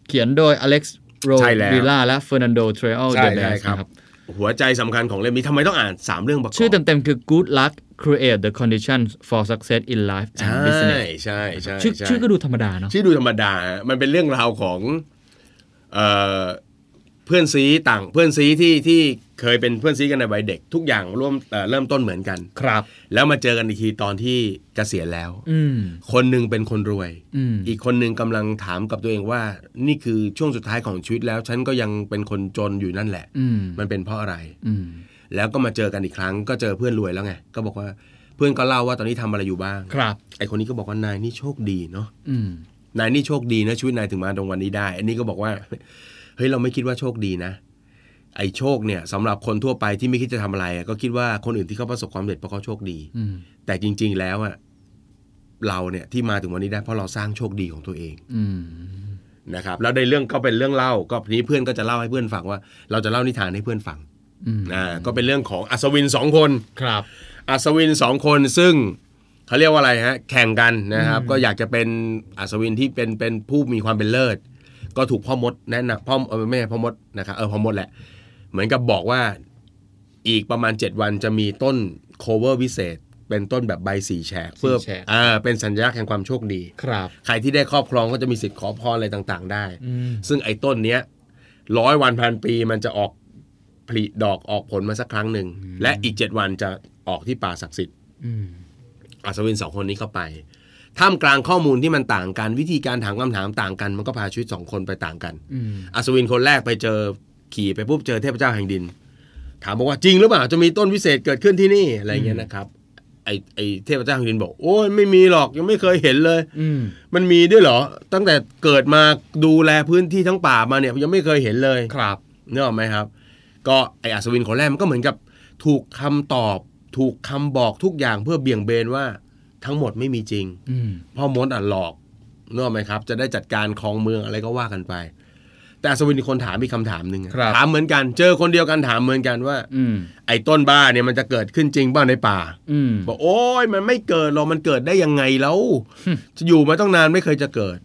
เขียนโดยอเล็กซ์โร
ใช่แล้ว
วิลล่าและเฟอร์นันโดเทรอัลเดเบสครับ
หัวใจสำคัญของเล่มนี้ทำไมต้องอ่าน 3 เรื่องประกอบ
ชื่อเต็มๆคือ Good Luck Create the Conditions for Success in Life and
ใช่
Business
ใช่ใช่
ชื่อ
ใช่
ชื่อก็ดูธรรมดาเนาะ
ชื่อดูธรรมดาฮะมันเป็นเรื่องราวของเอ่อเพื่อนซีต่างเพื่อนซีที่ที่เคยเป็นเพื่อนซีกันในวัยเด็ก ทุกอย่างร่วมเอ่อเริ่มต้นเหมือนกัน
ครับ
แล้วมาเจอกันอีกทีตอนที่เกษียณแล้ว
อืม
คนหนึ่งเป็นคนรวย
อืม
อีกคนหนึ่งกำลังถามกับตัวเองว่า นี่คือช่วงสุดท้ายของชีวิตแล้ว ฉันก็ยังเป็นคนจนอยู่นั่นแหละ
อืม
มันเป็นเพราะอะไร
อืม
แล้วก็มาเจอกันอีกครั้ง ก็เจอเพื่อนรวยแล้วไง ก็บอกว่าเพื่อนก็เล่าว่าตอนนี้ทำอะไรอยู่บ้าง
ครับ
ไอคนนี้ก็บอกว่านายนี่โชคดีเนาะ
อืม
นายนี่โชคดีนะชีวิตนายถึงมาตรงวันนี้ได้ อันนี้ก็บอกว่า เฮ้ยเราไม่คิดว่าโชคดีนะ ไอโชคเนี่ยสำหรับคนทั่วไปที่ไม่คิดจะทำอะไรอะก็คิดว่าคนอื่นที่เขาประสบความสำเร็จเพราะเขาโชคดี
อืม
แต่จริง ๆ แล้วอะ เราเนี่ยที่มาถึงวันนี้ได้เพราะเราสร้างโชคดีของตัวเอง
อืม
นะครับแล้วในเรื่องก็เป็นเรื่องเล่าก็ทีนี้เพื่อนก็จะเล่าให้เพื่อนฟังว่า เราจะเล่านิทานให้เพื่อนฟัง
อืม
อ่าก็เป็นเรื่องของอัศวินสองคน
ครับ
อัศวินสองคนซึ่งเขาเรียกว่าอะไรฮะแข่งกันนะครับ ก็อยากจะเป็นอัศวินที่เป็นเป็นผู้มีความเป็นเลิศ ก็ถูกพ่อมดแนะนำพ่อเออไม่ใช่พ่อมดนะครับเออพ่อมดแหละ เหมือนกับบอกว่าอีกประมาณ 7 วันจะมีต้นโคเวอร์วิเศษ เป็นต้นแบบใบสีแฉกเพื่อ
แฉก
อ่าเป็นสัญลักษณ์แห่งความโชคดี
ครับ
ใครที่ได้ครอบครองก็จะมีสิทธิ์ขอพรอะไรต่างๆ ได้
อืม
ซึ่งไอ้ต้นเนี้ยร้อยวันพันปีมันจะออกผลิดอกออกผลมาสักครั้งหนึ่ง และอีกเจ็ดวันจะออกที่ป่าศักดิ์สิทธิ์
อืม
อัศวินสองคนนี้เข้าไปท่ามกลางข้อมูลที่มันต่างกัน วิธีการถามคำถามต่างกัน มันก็พาชีวิตสองคนไปต่างกัน
อืม
อัศวินคนแรกไปเจอขี่ไปปุ๊บเจอเทพเจ้าแห่งดิน ถามบอกว่าจริงหรือเปล่าจะมีต้นวิเศษเกิดขึ้นที่นี่อะไรเงี้ยนะครับไอ้ไอ้เทพเจ้าแห่งดินบอกโอ้ยไม่มีหรอกยังไม่เคยเห็นเลย
อืม
มันมีด้วยเหรอ ตั้งแต่เกิดมาดูแลพื้นที่ทั้งป่ามาเนี่ยยังไม่เคยเห็นเลย
ครับ
เนกออกไหมครับ ก็ไออัศวินคนแรกมันก็เหมือนกับ ถูกคำตอบ ถูกคำบอกทุกอย่างเพื่อเบี่ยงเบนว่าทั้งหมดไม่มีจริง
อืม
พ่อมดอ่ะหลอกเนกออกไหมครับ จะได้จัดการครองเมืองอะไรก็ว่ากันไป แต่อัศวินมีคนถามมีกคำถามหนึ่งอะถามเหมือนกัน เจอคนเดียวกันถามเหมือนกันว่า
อืม
ไอ้ต้นบ้าเนี่ยมันจะเกิดขึ้นจริงบ้างในป่า
อืม
บอกโอ้ยมันไม่เกิดหรอกมันเกิดได้ยังไงแล้ว จะอยู่มาต้องนานไม่เคยจะเกิด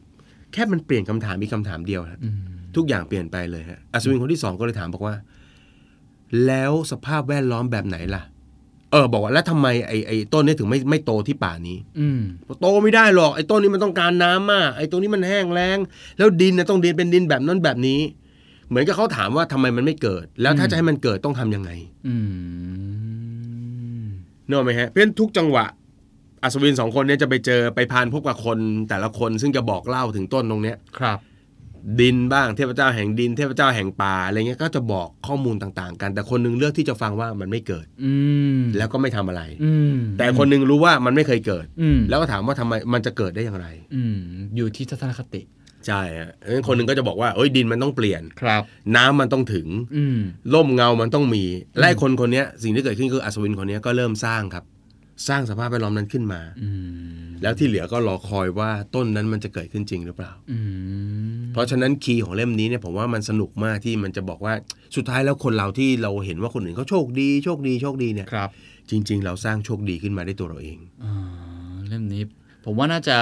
แค่มันเปลี่ยนคำถามมีคำถามเดียวฮะ
อืม
ทุกอย่างเปลี่ยนไปเลยฮะอัศวินคนที่สองก็เลยถามบอกว่า แล้วสภาพแวดล้อมแบบไหนล่ะ เออ บอกว่าแล้วทำไมไอ้ไอ้ต้นนี้ถึงไม่ไม่โตที่ป่านี้
อืม
บอกโตไม่ได้หรอกไอ้ต้นนี้มันต้องการน้ำมากไอ้ต้นนี้มันแห้งแล้ง แล้วดินนะต้องดินเป็นดินแบบนั้นแบบนี้ เหมือนกับเขาถามว่าทำไมมันไม่เกิด แล้วถ้าจะให้มันเกิดต้องทำยังไง
อืม
เนกอะไหมฮะ เพราะฉะนั้นทุกจังหวะ อัศวินสองคนเนี้จะไปเจอไปพานพบกับคนแต่ละคนซึ่งจะบอกเล่าถึงต้นตรงเนี้ย
ครับ
ดินบ้างเทพเจ้าแห่งดิน เทพเจ้าแห่งป่าอะไรเงี้ยก็จะบอกข้อมูลต่างๆ กัน แต่คนหนึงเลือกที่จะฟังว่ามันไม่เกิด
อืม
แล้วก็ไม่ทำอะไร
อืม
แต่คนหนึงรู้ว่ามันไม่เคยเกิด
อืม
แล้วก็ถามว่าทำไมมันจะเกิดได้อย่างไร
อืมอยู่ที่ทัศนคติ
ใช่ฮะเพราะฉะนั้นคนหนึงก็จะบอกว่าเอ้ยดินมันต้องเปลี่ยน
ครับ
น้ำมันต้องถึง
อืม
ร่มเงามันต้องมีและไอ้คนคนเนี้ยสิ่งที่เกิดขึ้นคืออัศวินคนเนี้ยก็เริ่มสร้างครับ สร้างสภาพแวดล้อมนั้นขึ้นมา
อืม
แล้วที่เหลือก็รอคอยว่าต้นนั้นมันจะเกิดขึ้นจริงหรือเปล่า
อืม
เพราะฉะนั้นคีย์ของเล่มนี้เนี่ยผมว่ามันสนุกมากที่มันจะบอกว่าสุดท้ายแล้วคนเราที่เราเห็นว่าคนอื่นเขาโชคดีโชคดีโชคดีเนี่ย
ครับ
จริง ๆ เราสร้างโชคดีขึ้นมาได้วยตัวเราเอง
อ่าเล่มนี้ ผมว่าน่าจะ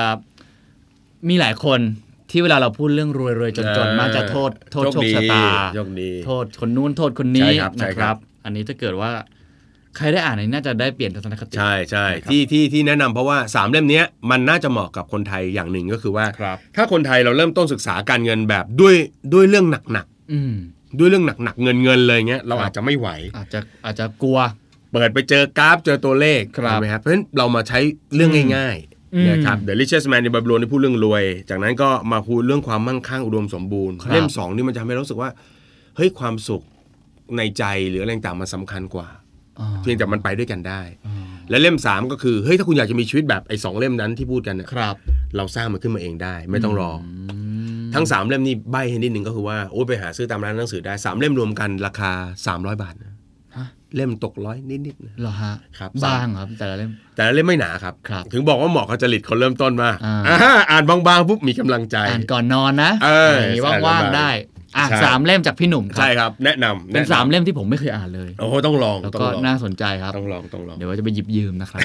มีหลายคนที่เวลาเราพูดเรื่องรวยรวยจนจน
เออ
มักจะโทษโทษโช
โช
ค
คดี
ชะตา
โชคดี
โทษคนนู้นโทษคนนี้
ใช่ครับใช่
นะค
ครั
รับ
บ
อันนี้ถ้าเกิดว่า ใครได้อ่านอันนี้น่าจะได้เปลี่ยนทัศนคติ
ใช่ใช่
นะครับ
ที่ที่ที่แนะนำเพราะว่าสามเล่มเนี้ยมันน่าจะเหมาะกับคนไทยอย่างหนึ่งก็คือว่า
ครับ
ถ้าคนไทยเราเริ่มต้นศึกษาการเงินแบบด้วยด้วยเรื่องหนัก
อืม
ๆด้วยเรื่องหนักๆเงินเงินๆเลยเงี้ยเรา
ครับ
อาจจะไม่ไหว
อาจจะอาจจะกลัว
เปิดไปเจอกราฟเจอตัวเลข
ครับ
เห็นไหมครับเพราะฉะนั้นเรามาใช้เรื่องง่าย
อืม
ๆนะครับ The Richest Man in Babylon ที่พูดเรื่องรวย จากนั้นก็มาพูดเรื่องความมั่งคั่งอุดมสมบูรณ์
ครับ
เล่มสองนี่มันจะทำให้เรารู้สึกว่าเฮ้ยความสุขในใจหรืออะไรต่างๆมันสำคัญกว่า
อ่า
เพียงแต่มันไปด้วยกันได้
อ่า
และเล่มสามก็คือเฮ้ยถ้าคุณอยากจะมีชีวิตแบบไอ้สองเล่มนั้นที่พูดกันเนี่ย
ครับ
เราสร้างมันขึ้นมาเองได้ ไม่ต้องรออ
อืม
ทั้งสามเล่มนี่ใบให้นิดนึงก็คือว่าโอ้ยไปหาซื้อตามร้านหนังสือได้สามเล่มรวมกันราคา 300 บาทนะ
ฮะ
เล่มตกร้อยนิดๆนะ
เหรอฮะ
ครับ
บางเหรอครับแต่ละเล่ม
แต่ละเล่มไม่หนาครับ
ครับ
ถึงบอกว่าเหมาะกับจริตคนเริ่มต้นมาก
อ่า
อ่าอ่านบางๆปุ๊บมีกำลังใจ
อ่านก่อนนอนนะ
เออ
ไรย่างงี้
ใช่
ว่าง
ลำบาก
ๆได้ อ่ะ
ใช่
สามเล่มจากพี่หนุ่มครั
ใช่ครับ แนะนำ
เป็น
แะำ
สามเล่มที่ผมไม่เคยอ่านเลย
โอ้โหต้องลอง
แล้ว
ต้อ
ก็
งลอง
น่าสนใจครับ
ต้องลองต้องลอง
เดี๋ยวว่าจะไปหยิบยืมนะครับ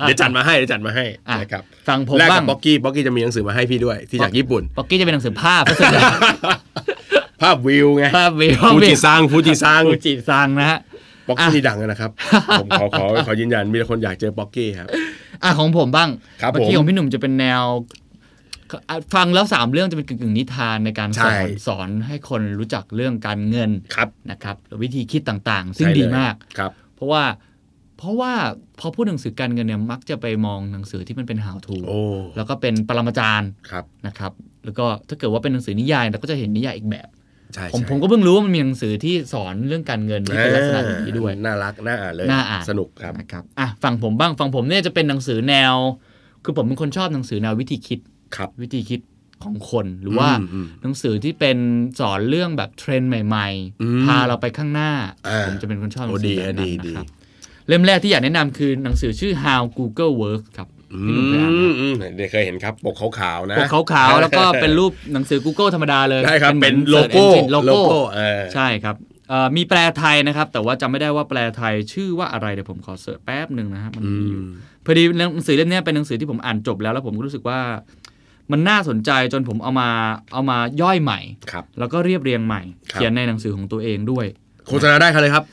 เดี๋ยวจัดมาให้เดี๋ยวจัดมาให้
อ่ะ
นะครับ
ฟังผม
แรก
บ้า
กั
ง
บป๊อกกี้ป๊อกกี้จะมีหนังสือมาให้พี่ด้วย ที่จากญี่ปุ่น
ป๊อกกี้จะเป็นหนังสือภาพ ซะส่วนใหญ่
ภาพวิวไง
ภาพวิว
ฟูจิซังฟูจิซัง
ฟูจิซังนะฮะ
ป๊อกกี้นี่ดังนะครับ ผมขอขอขอยืนยันมีแต่คนอยากเจอป๊อกกี้ครับ
อ่ะของผมบ้าง
ครับ
เมื่อกี้
ผม
ของพี่หนุ่มจะเป็นแนวอ่ะฟังแล้วสามเรื่องจะเป็นกึ่งๆนิทานในการสอน
ใช่
สอนให้คนรู้จักเรื่องการเงิน
ครับ
นะครับและวิธีคิดต่างๆ ซึ่ง
ใช่เลย
ดีมาก
ครับ
เพราะว่าเพราะว่าพอพูดหนังสือการเงินเนี่ยมักจะไปมองหนังสือที่มันเป็น how to
โอ้
แล้วก็เป็นปรมาจารย์
ครับ
นะครับ แล้วก็ถ้าเกิดว่าเป็นหนังสือนิยายเราก็จะเห็นนิยายอีกแบบ
ใช่
ผม
ใช่
ผมก็เพิ่งรู้ว่ามันมีหนังสือที่สอนเรื่องการเงินที่เป็นลักษณะอย่างนี้ด้วย
น่ารักน่าอ่านเลย
น่าอ่าน
สนุกครับ
นะครับอ่ะฝั่งผมบ้างฝั่งผมเนี่ยจะเป็นหนังสือแนว คือผมเป็นคนชอบหนังสือแนววิธีคิด
ครับ
วิธีคิดของคนหรือว่า
อืมอืม
หนังสือที่เป็นสอนเรื่องแบบเทรนด์ใหม่
อื
ๆ
ม
พาเราไปข้างหน้า
อ่า
ผมจะเป็นคนชอบหนัง
โอ้
สื
ดี
อแบบ
ดี
นั้น
ดี
นะครับเล่มแรกที่อยากแนะนำคือหนังสือชื่อ How Google Works ครับ พี่หนุ่มเคยอ่านไหม
อืมอืมเดี๋ยวเคยเห็นครับ ปกขาวๆนะ
ปกขาว ๆแล้วก็เป็นรูปหนังสือ Google ธรรมดาเลย
ได้ครับ
หมื
เป็
อน สิร์ช
โลโก้
engine โลโก้
เออ
ใช่ครับเอ่อมีแปลไทยนะครับ แต่ว่าจำไม่ได้ว่าแปลไทยชื่อว่าอะไรเดี๋ยวผมขอเสิร์ชแป๊บหนึ่งนะครับมัน
อื
มีอยู่
ม
พอดีหนังสือเล่มเนี้ยเป็นหนังสือที่ผมอ่านจบแล้วแล้วผมก็รู้สึกว่า มันน่าสนใจจนผมเอามาเอามาย่อยใหม่
ครับ
แล้วก็เรียบเรียงใหม่
ครับ
เขียนในหนังสือของตัวเองด้วย
โฆษณาได้ครับเลยครับ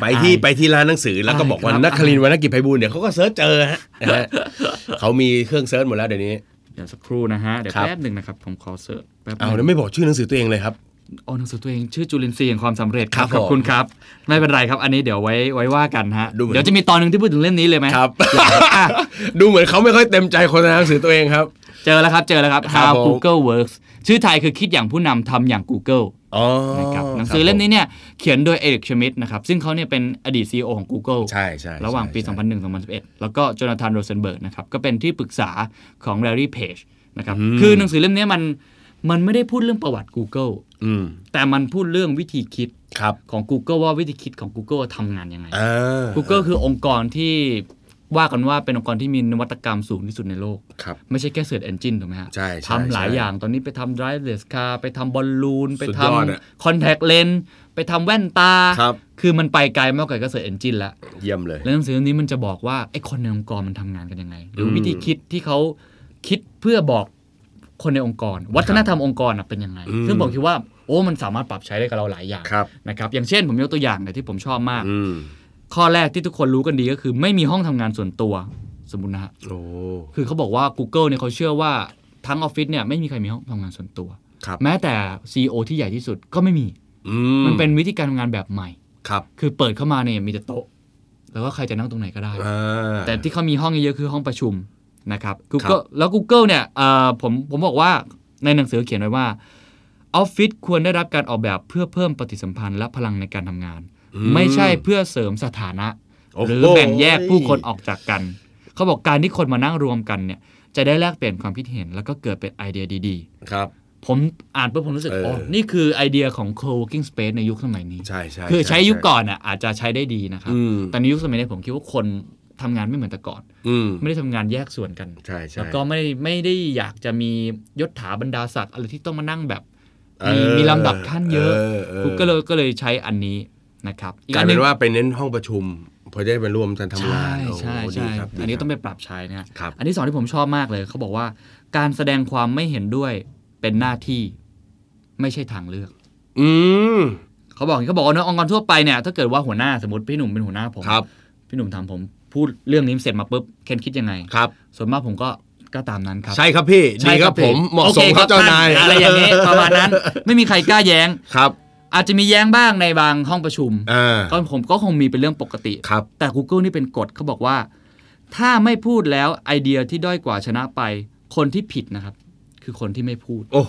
ไปที่
อ่า
ไปที่ร้านหนังสือแล้วก็บอกว่า
ครับ
นักคลินทร์วรรณกิจไพบูลย์เดี๋ยวเขาก็เซิร์ชเจอฮะนะฮะ เขามีเครื่องเซิร์ชหมดแล้วเดี๋ยวนี้
เดี๋ยวสักครู่นะฮะเดี๋ยว
ครับ
แป๊บหนึ่งนะครับผมขอเสิร์ชแป๊บห
เอา
นึง
แล้วไม่บอกชื่อหนังสือตัวเองเลยครับ
โอ้หนังสือตัวเองชื่อจุลินทรีย์แห่งความสำเร็จครับ
ครั
ข
บผม
อบคุณครับ ไม่เป็นไรครับ อันนี้เดี๋ยวไว้ไว้ว่ากันฮะ
ดูเหมือน
เดี๋ยวจะมีตอนหนึ่งที่พูดถึงเล่มนี้เลยไหม
ครับ
อ่ะ
ดูเหมือนเขาไม่ค่อยเต็มใจโฆษณาหนังสือตัวเองครับ
เจอแล้วครับเจอแล้วครับ
ครับ
How
ผม
Google Works ชื่อไทยคือคิดอย่างผู้นำทำอย่าง Google
อ๋อ
นะครับหนังสือเล่มนี้เนี่ยเขียนโดยเอริกชมิดนะครับซึ่งเขาเนี่ยเป็นอดีต CEO ของ Google
ใช่ใช่ใช่
ระหว่างปี
ใช่
2001-2011 แล้วก็โจนาธานโรเซนเบิร์กนะครับก็เป็นที่ปรึกษาของแลรี่เพจนะครับคือหนังสือเล่มนี้มันมันไม่ได้พูดเรื่องประวัติ Google
อืม
แต่มันพูดเรื่องวิธีคิด
ครับ
ของ Google ว่าวิธีคิดของ Google ทำงานยังไง
อ่า
Google คือองค์กรที่ว่ากันว่าเป็นองค์กรที่มีนวัตกรรมสูงที่สุดในโลก
ครับ
ไม่ใช่แค่ Search Engine ถูกไหมฮะ
ใช่ใช่
ทำหลาย
ใช่
อย่างตอนนี้ไปทำ driverless car ไปทำบอลลูน ไปท
สุดยอดอะ
ำ contact lens ไปทำแว่นตา
ครับ
คือมันไปไกลมากกว่าแค่ Search Engine แล้ว
เยี่ยมเลย
แล้วหนังสือเล่มนี้มันจะบอกว่าไอ้คนในองค์กรมันทำงานกันยังไง หรือวิธีคิดที่เขาคิดเพื่อบอกคนในองค์กร วัฒนธรรมองค์กรน่ะเป็นยังไง
อืม
ซึ่งผมคิดว่าโอ้มันสามารถปรับใช้ได้กับเราหลายอย่าง
ครับ
นะครับอย่างเช่นผมยกตัวอย่างเนี่ยที่ผมชอบมาก
อืม
ข้อแรกที่ทุกคนรู้กันดีก็คือ ไม่มีห้องทำงานส่วนตัวสมมตินะฮะ
โอ้
คือเขาบอกว่า Google เนี่ยเขาเชื่อว่าทั้งออฟฟิศเนี่ยไม่มีใครมีห้องทำงานส่วนตัว
ครับ
แม้แต่ CEO ที่ใหญ่ที่สุดก็ไม่มี
อื
มันเป็นวิธีการทำงานแบบใหม่
ครับ
คือเปิดเข้ามาเนี่ยมีแต่โต๊ะ แล้วก็ใครจะนั่งตรงไหนก็ได้
อ่า
แต่ที่เขามีห้องเยอะๆคือห้องประชุมนะครับ
ครั
Google
บ
แล้ว Google เนี่ยเอ่อผมผมบอกว่าในหนังสือเขียนไว้ว่าออฟฟิศควรได้รับการออกแบบเพื่อเพิ่มปฏิสัมพันธ์และพลังในการทำงาน
อืม
ไม่ใช่เพื่อเสริมสถานะ
โอ้
ห
โห
รือแบ่งแยกผู้คนออกจากกัน เขาบอกการที่คนมานั่งรวมกันเนี่ยจะได้แลกเปลี่ยนความคิดเห็น แล้วก็เกิดเป็นไอเดียดี
ครับ
ๆ ผมอ่านปุ๊บผมรู้สึก
เอออ๋
อ๋อนี่คือไอเดียของ co-working space ในยุคสมัยนี้
ใช่ใช่
คือใช้ยุค
อน
ก่อนอ่ะอาจจะใช้ได้ดีนะครับ
อืม
แต่ในยุคสมัยนี้ผมคิดว่าคนทำงานไม่เหมือนแต่ก่อน
อืม
ไม่ได้ทำงานแยกส่วนกัน
ใช่ใช่
แล้วก็ไม่ได้ไม่ได้อยากจะมียศถาบรรดาศักดิ์อะไรที่ต้องมานั่งแบบ
เอ
มี
อ
มีลำดับขั้นเยอะ
เออเออ
กูก็เลยก็เลยใช้อันนี้นะครับ
กลาย
ห
เป็
ง
นว่าไปเน้นห้องประชุมเพอจะได้ไปร่วมกันทำงา
ใช่
นโอ้
ใช่
โหดี
ใช่
ครับดี
อันนี้
ครับ
ต้องไปปรับใช้นะฮะ
ครับ
อันที่สองที่ผมชอบมากเลยเขาบอกว่า การแสดงความไม่เห็นด้วยเป็นหน้าที่ ไม่ใช่ทางเลือก
อืม
เขาบอกอย่างนี้เขาบอกว่าเนอะองค์กรทั่วไปเนี่ยถ้าเกิดว่าหัวหน้าสมมติพี่หนุ่มเป็นหัวหน้าผม
ครับ
พี่หนุ่มถามผมพูดเรื่องนี้เสร็จมาปุ๊บเคนคิดยังไง
ครับ
ส่วนมากผมก็ก็ตามนั้นครับ
ใช่ครับพี่ดีครับผมเหมาะสมครับเจ้านาย
โอเคครับท่อะไรอย่าง นี้ ประมาณนั้นไม่มีใครกล้าแย้ง
ครับ
อาจจะมีแย้งบ้างในบางห้องประชุม
อ่า
ก็ผมก็คงมีเป็นเรื่องปกติ
ครับ
แต่ Google นี่เป็นกฎเขาบอกว่า ถ้าไม่พูดแล้วไอเดียที่ด้อยกว่าชนะไป คนที่ผิดนะครับ คือคนที่ไม่พูด
โอ้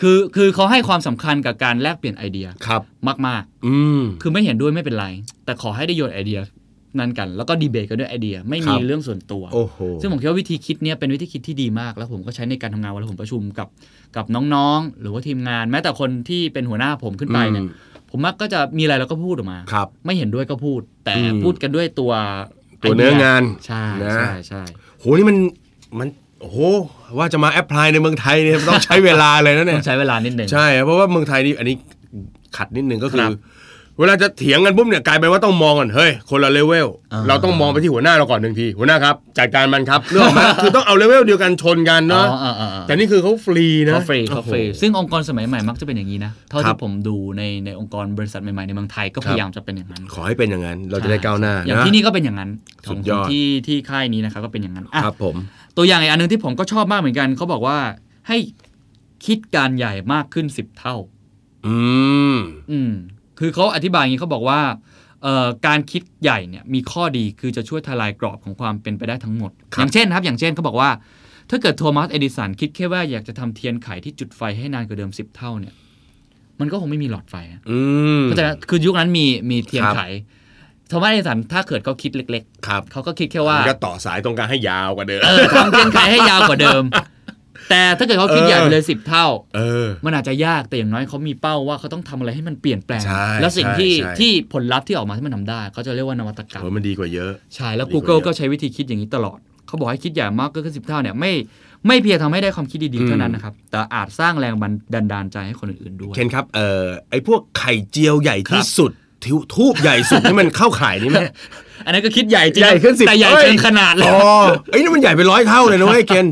คือคือเขาให้ความสำคัญกับการแลกเปลี่ยนไอเดีย
ครับ
มาก
อืม
ๆ คือไม่เห็นด้วยไม่เป็นไร แต่ขอให้ได้โยนไอเดียนั้นกัน แล้วก็ดีเบตกันด้วยไอเดีย ไม่มี
ครับ
เรื่องส่วนตัว
โอ้โห
ซึ่งผมคิดว่าวิธีคิดเนี้ยเป็นวิธีคิดที่ดีมาก แล้วผมก็ใช้ในการทำงานเวลาผมประชุมกับกับน้องๆ หรือว่าทีมงาน แม้แต่คนที่เป็นหัวหน้าผมขึ้นไปเนี่ย
อืม
ผมมักก็จะมีอะไรเราก็พูดออกมา
ครับ
ไม่เห็นด้วยก็พูด แต่
อืม
พูดกันด้วยตัว
ตัวเนื้องาน
ใช่
นะ
ใช่ใช่
โหนี่มันมันโอ้โหว่าจะมาแอพพลายในเมืองไทยเนี่ยมันต้องใช้เวลาเลยนะเนี่
ต้อย งใช้เวลานิดหนึ่ง
ใช่เพราะว่าเมืองไทยนี่อันนี้ขัดนิดนึงก็คื
ครั
อ
บ
เวลาจะเถียงกันปุ๊บเนี่ยกลายเป็นว่าต้องมองก่อนเฮ้ยคนละเลเวล
อ่า
เราต้องมองไปที่หัวหน้าเราก่อนหนึ่งทีหัวหน้าครับจัดการมัน ครับเรื่องของมันคือต้องเอาเลเวลเดียวกันชนกันเนาะ
อ๋ออ่าอ่าอ่า
แต่นี่คือเขาฟรีนะ
เขาฟรีเขาฟรี
โอ้โห
ซึ่งองค์กรสมัยใหม่มักจะเป็นอย่างนี้นะเท่า
ครั
ที่
บ
ผมดูในในองค์กรบริษัทใหม่ๆในเมืองไทยก็
ครั
พ
บ
ยายามจะเป็นอย่างนั้น
ขอให้เป็นอย่างนั้นเราจะได้ก้าวหน้านะ
อย่างที่นี่ก็เป็นอย่างนั้นข
สุ
อง
ด
ข
ย
อ
องด
ที่ที่ค่ายนี้นะครับก็เป็นอย่างนั้นอ่ะ
ครับผม
ตัวอย่างอีกอันหนึงที่ผมก็ชอบมากเหมือนกันเขาบอกว่าให้คิดการใหญ่มากขึ้น 10 เท่า
อืม
อืมคือเขาอธิบายอย่างนี้เขาบอกว่าเอ่อการคิดใหญ่เนี่ยมีข้อดีคือจะช่วยทลายกรอบของความเป็นไปได้ทั้งหมด
ค
อ
รับ
ย่างเช่นนะครับ อย่างเช่นเขาบอกว่า ถ้าเกิดโทมัสเอดิสันคิดแค่ว่าอยากจะทำเทียนไขที่จุดไฟให้นานกว่าเดิม 10 เท่าเนี่ย มันก็คงไม่มีหลอดไฟนะ
อืม
เข้าใจไหมคือยุคนั้นมีมีเทียน
ครับ
ไขโทมัสเอดิสันถ้าเกิดเขาคิดเล็ก
ครับ
ๆเขาก็คิดแค่ว่า
ก็ต่อสายตรงกลางให้ยาวกว่าเดิม
เออทำเทียนไขให้ยาวกว่าเดิม แต่ถ้าเกิดเขาคิดใหญ่ไปเลยสิบเท่า
เออ
มันอาจจะยากแต่อย่างน้อยเขามีเป้าว่าเขาต้องทำอะไรให้มันเปลี่ยนแปลง
ใช่
แล้วสิ่งที่
ใช่ใช่
ที่ผลลัพธ์ที่ออกมาที่มันทำได้เขาจะเรียกว่านวัตกรรม
โหมันดีกว่าเยอะ
ใช่แล้ว
ดีกว่า
Google
เยอะ
ก็ใช้วิธีคิดอย่างนี้ตลอด เขาบอกให้คิดอย่างมากก็คือสิบเท่าเนี่ยไม่ไม่เพียงทำให้ได้ความคิดดี
อื
ๆ
ม
เท่านั้นนะครับ แต่อาจสร้างแรงบันดันดาลใจให้คนอื่นๆด้วย
เคนครับเอ่อไอ้พวกไข่เจียวใหญ่
ค
ที่
รับ
สุดทิวทูบใหญ่สุดที่มันเข้าขายนี่ไหม
อันนั้นก็คิดใหญ่จริง
ใหญ่ขึ้นสิบ
แต่ใหญ่เชิงขนาดเลย
อ๋อไอ้ยนี่มันใหญ่ไปร้อยเท่าเลยนะเว้ยเคน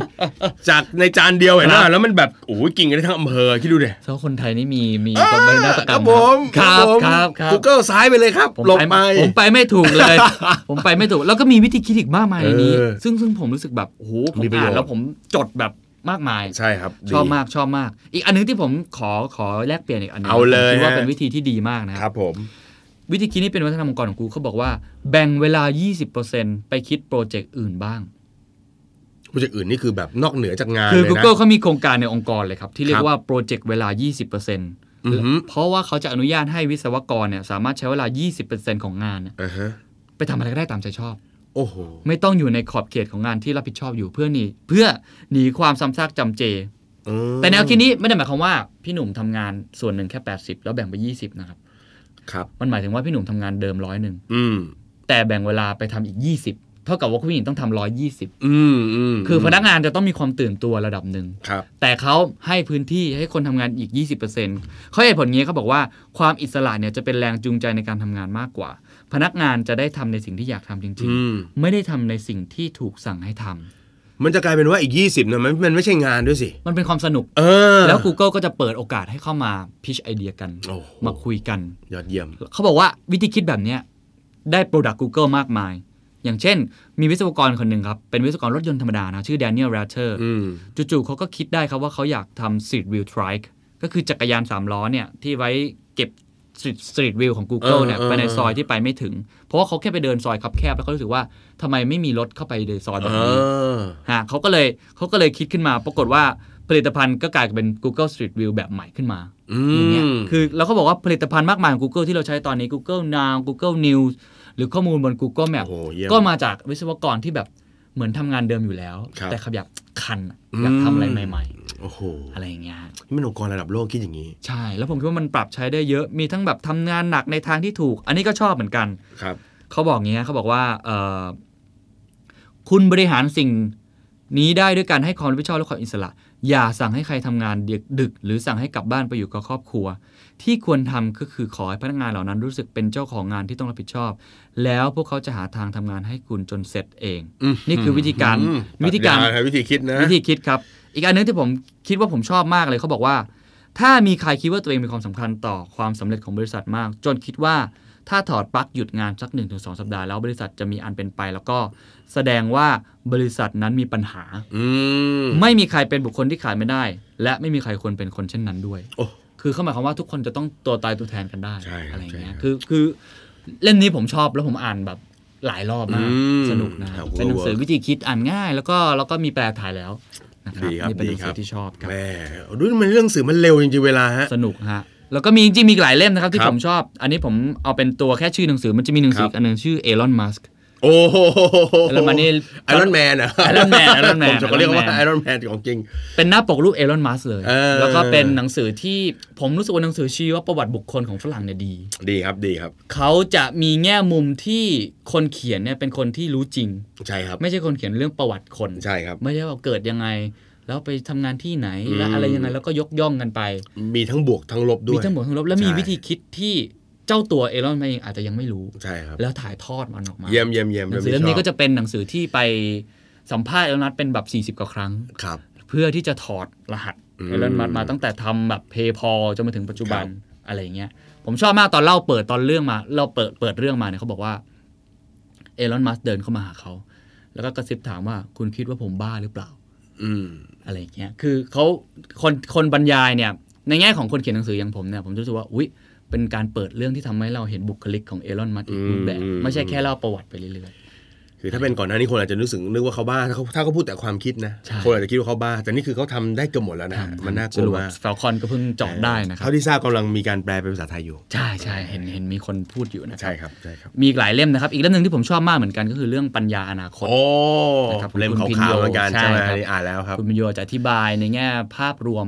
จากในจานเดียวเห็นไหม
ครับ
แล้วมันแบบโอ้ยกินกันได้ทั้งอำเภอคิดดูดิ
เพราะคนไทยนี่มีมีประเมินนวัตกรรม
ผม
ครับครับครับ
กูเกิลซ้ายไปเลยครับ
ผม
หลบ
ไป
ไป
ผมไปไม่ถูกเลย ผมไปไม่ถูก แล้วก็มีวิธีคิดอีกมากมายในนี้
เออ
ซึ่งซึ่งผมรู้สึกแบบโอ้โหผม
มีประโย
อ่า
ชน์
นแล้วผมจดแบบมากมาย
ใช่ครับดี
ชอบมากชอบมาก อีกอันนึงที่ผมขอขอแลกเปลี่ยนอีกอันหนึง
เอาเล
ผม
ย
คิดว่า
ฮะ
เป็นวิธีที่ดีมากนะ
ค
ค
รั
รั
บบ ผม
วิธีคิดนี้เป็นวัฒนธรรมองค์กรของกูเขาบอกว่าแบ่งเวลา 20%ไปคิดโปรเจกต์อื่นบ้าง
โปรเจกต์อื่นนี่คือแบบนอกเหนือจากงาน
คือ
เลยนะ
Google เขามีโครงการในองค์กรเลยครับ ที่เรีย
ครั
ก
บ
ว่าโปรเจกต์เวลา 20%เ
อือฮึ
พราะว่าเขาจะอนุญาตให้วิศวกรเนี่ยสามารถใช้เวลา 20%ของงานเนี่ย
อ่าฮะ
ไปทำอะไรก็ได้ตามใจชอบ
โอ้โห
ไม่ต้องอยู่ในขอบเขตของงานที่รับผิดชอบอยู่เพื่อหนีเพื่อหนีความซ้ำซากจำเจ แต่แนวคิดนี้ไม่ได้หมายความว่าพี่หนุ่มทำงานส่วนหนึ่งแค่ 80 แล้วแบ่งไป 20 นะครับ
ครับ
มันหมายถึงว่าพี่หนุ่มทำงานเดิมร้อยหนึ่ง
อืม
แต่แบ่งเวลาไปทำอีก 20 เท่ากับว่าผู้หญิงต้องทำร้อยยี่สิบ
อืมอืม
คือพนักงานจะต้องมีความตื่นตัวระดับหนึ่ง
ครับ
แต่เขาให้พื้นที่ให้คนทำงานอีก 20%เขาเหตุผลนี้เขาบอกว่าความอิสระเนี่ยจะเป็นแรงจูงใจในการทำงานมากกว่า พนักงานจะได้ทำในสิ่งที่อยากทำจริง
อืม
ๆ ไม่ได้ทำในสิ่งที่ถูกสั่งให้ทำ
มันจะกลายเป็นว่าอีก 20นะมันมันไม่ใช่งานด้วยสิ
มันเป็นความสนุก
เออ
แล้ว Google ก็จะเปิดโอกาสให้เข้ามาพิชไอเดียกัน
โอ้โห
มาคุยกัน
ยอดเยี่ยม
เขาบอกว่าวิธีคิดแบบเนี้ยได้ Product Google มากมาย อย่างเช่น มีวิศวกรคนหนึ่งครับ เป็นวิศวกรรถยนต์ธรรมดานะ ชื่อ Daniel Ratter
อืม
จู่ๆเขาก็คิดได้ครับว่าเขาอยากทำ Street Wheel Trike ก็คือจักรยานสามล้อเนี่ย ที่ไว้เก็บ Street Street Wheel ของ Google เนี่ย
เออเออ
ไปในซอยที่ไปไม่ถึง เพราะว่าเขาแค่ไปเดินซอยคับแคบแล้วเขารู้สึกว่าทำไมไม่มีรถเข้าไปในซอยแบบ
า
นี้ ฮะเขาก็เลยเขาก็เลยคิดขึ้นมา ปรากฏว่าผลิตภัณฑ์ก็กลายเป็น Google Street View แบบใหม่ขึ้นมา
อื
อย่างเงี้ย
ม
คือแล้วเขาบอกว่าผลิตภัณฑ์มากมายของ Google ที่เราใช้ตอนนี้ Google Now Google News หรือข้อมูลบน Google Map
โอ้โหเยี่ยม
ก็มาจากวิศวกรที่แบบเหมือนทำงานเดิมอยู่แล้ว
ครับ
แต่เขาอยากคันอะ
อืม
อยากทำอะไรใหม่
โอ้โห
ๆ อะไรอย่างเงี้ยฮะ
นี่มันองค์กรระดับโลกคิดอย่างนี้
ใช่ แล้วผมคิดว่ามันปรับใช้ได้เยอะมีทั้งแบบทำงานหนักในทางที่ถูก อันนี้ก็ชอบเหมือนกัน
ครับ
เขาบอกงี้นะเขาบอกว่าเอ่อคุณบริหารสิ่งนี้ได้ด้วยการให้ความรับผิดชอบและความอิสระ อย่าสั่งให้ใครทำงานดึกดึก หรือสั่งให้กลับบ้านไปอยู่กับครอบครัว ที่ควรทำก็คือขอให้พนักงานเหล่านั้นรู้สึกเป็นเจ้าของงานที่ต้องรับผิดชอบ แล้วพวกเขาจะหาทางทำงานให้คุณจนเสร็จเอง
อืม
นี่คือวิธีการ
อืม
วิธีการ
ปรัชญทงวิธีคิดนะ
วิธีคิดครับ อีกอันหนึงที่ผมคิดว่าผมชอบมากเลยเขาบอกว่า ถ้ามีใครคิดว่าตัวเองมีความสำคัญต่อความสำเร็จของบริษัทมาก จนคิดว่าถ้าถอดปลั๊กหยุดงานสัก 1-2 สัปดาห์แล้วบริษัทจะมีอันเป็นไป แล้วก็แสดงว่าบริษัทนั้นมีปัญหา
อืม
ไม่มีใครเป็นบุคคลที่ขายไม่ได้ และไม่มีใครควรเป็นคนเช่นนั้นด้วย
โอ้
คือเข้าหมายความว่าทุกคนจะต้องตัวตายตัวแทนกันได้
ใช่ครับ
อะไรอย่างเงี้ย
ใช่ครับ
คือคือเล่มนี้ผมชอบแล้วผมอ่านแบบหลายรอบมาก
อืม
สนุกนะ
ครับ
เป็นหนังสือ
เวิร์ก
วิธีคิดอ่านง่าย แล้วก็แล้วก็มีแปลไทยแล้วนะครับ
ดีครับ
นี่เป็นหนั
ดี
ง
ครับ
สือที่ชอบครับ
แม่ดูมันเรื่องสื่อมันเร็วจริงๆเวลาฮะ
สนุกฮะแล้วก็มีจริงๆมีอีกหลายเล่มนะครับ
ค
ที่
รับ
ผมชอบ อันนี้ผมเอาเป็นตัวแค่ชื่อหนังสือมันจะมีหนังสือ
ครับ
อีกอันหนึงชื่อเอลอนมัสก์
โอ้โห
ไอรอนมันนี่
ไอรอนแมนอะ
Iron Man Iron Man
ผมจะก็เรียกว่า
Iron Man
ไอรอนแมนของจริง
เป็นหน้าปกรูปเอลอนมัสเลย
เออ
แล้วก็เป็นหนังสือที่ผมรู้สึกว่าหนังสือชี้ว่าประวัติบุคคลของฝรั่งเนี่ยดี
ดีครับดีครับ
เขาจะมีแง่มุมที่คนเขียนเนี่ยเป็นคนที่รู้จริง
ใช่ครับ
ไม่ใช่คนเขียนเรื่องประวัติคน
ใช่ครับ
ไม่ใช่ว่าเกิดยังไง แล้วไปทำงานที่ไหน แล้ว
อืม
อะไรยังไงแล้วก็ยกย่องกันไป
มีทั้งบวกทั้งลบด้วย
มีทั้งหมดทั้งลบแล้วมี
ใช่
วิธีคิดที่เจ้าตัวเอลอนเองอาจจะยังไม่รู้
ใช่ครับ
แล้วถ่ายทอดมันออกมา
เยี่ยมเยี่ยมเยี่ยม
หนังสือเล่มนี้
ชบ
ก็จะเป็นหนังสือที่ไปสัมภาษณ์เอลอนมัสเป็นแบบ 40 กว่าครั้ง
ครับ
เพื่อที่จะถอดรหัส
อืม
เอลอนมัสมาตั้งแต่ทำแบบเพย์พอจนมาถึงปัจจุบันอะไรอย่างเงี้ย ผมชอบมากตอนเล่าเปิดตอนเรื่องมา เราเปิดเปิดเรื่องมาเนี่ยเขาบอกว่าเอลอนมัสเดินเข้ามาหาเขา แล้วก็กระซิบถามว่าคุณคิดว่าผมบ้าหรือเปล่า
อืม
อะไรอย่างเงี้ย คือเขาคนคนบรรยายเนี่ย ในแง่ของคนเขียนหนังสืออย่างผมเนี่ย ผมรู้สึกว่า อุ๊ย เป็นการเปิดเรื่องที่ทำให้เราเห็นบุคลิกของเอลอนมัสอีกรูปแบบ
อืม
ไม่ใช่แค่เล่าประวัติไปเรื่อย
คือถ้าเป็นก่อนหน้านี้คนอาจจะนึกถึงนึกว่าเขาบ้าถ้าเขาถ้าเขาพูดแต่ความคิดนะ
ใช่
คนอาจจะคิดว่าเขาบ้า แต่นี่คือเขาทำได้เกือบหมดแล้วนะมันน่ากลัวมาก
เฟลคอนก็เพิ่งเจอดได้นะครับ
เท่าที่ทราบกำลังมีการแปลเป็นภาษาไทยอยู่
ใช่ใช่เห็นเห็นมีคนพูดอยู่นะ
ใช่ครับใช่ครับ
มีอีกหลายเล่มนะครับ อีกเล่มหนึ่งที่ผมชอบมากเหมือนกันก็คือเรื่องปัญญาอนาคต
โอ้
นะครับ
เล่ม
คุณ
ขาว
พินโย
ๆเหมือนกันใช่ไหม
ใช่ครับ
นี่อ่านแล้วครับ
คุณมิโยจะอธิบายในแง่ภาพรวม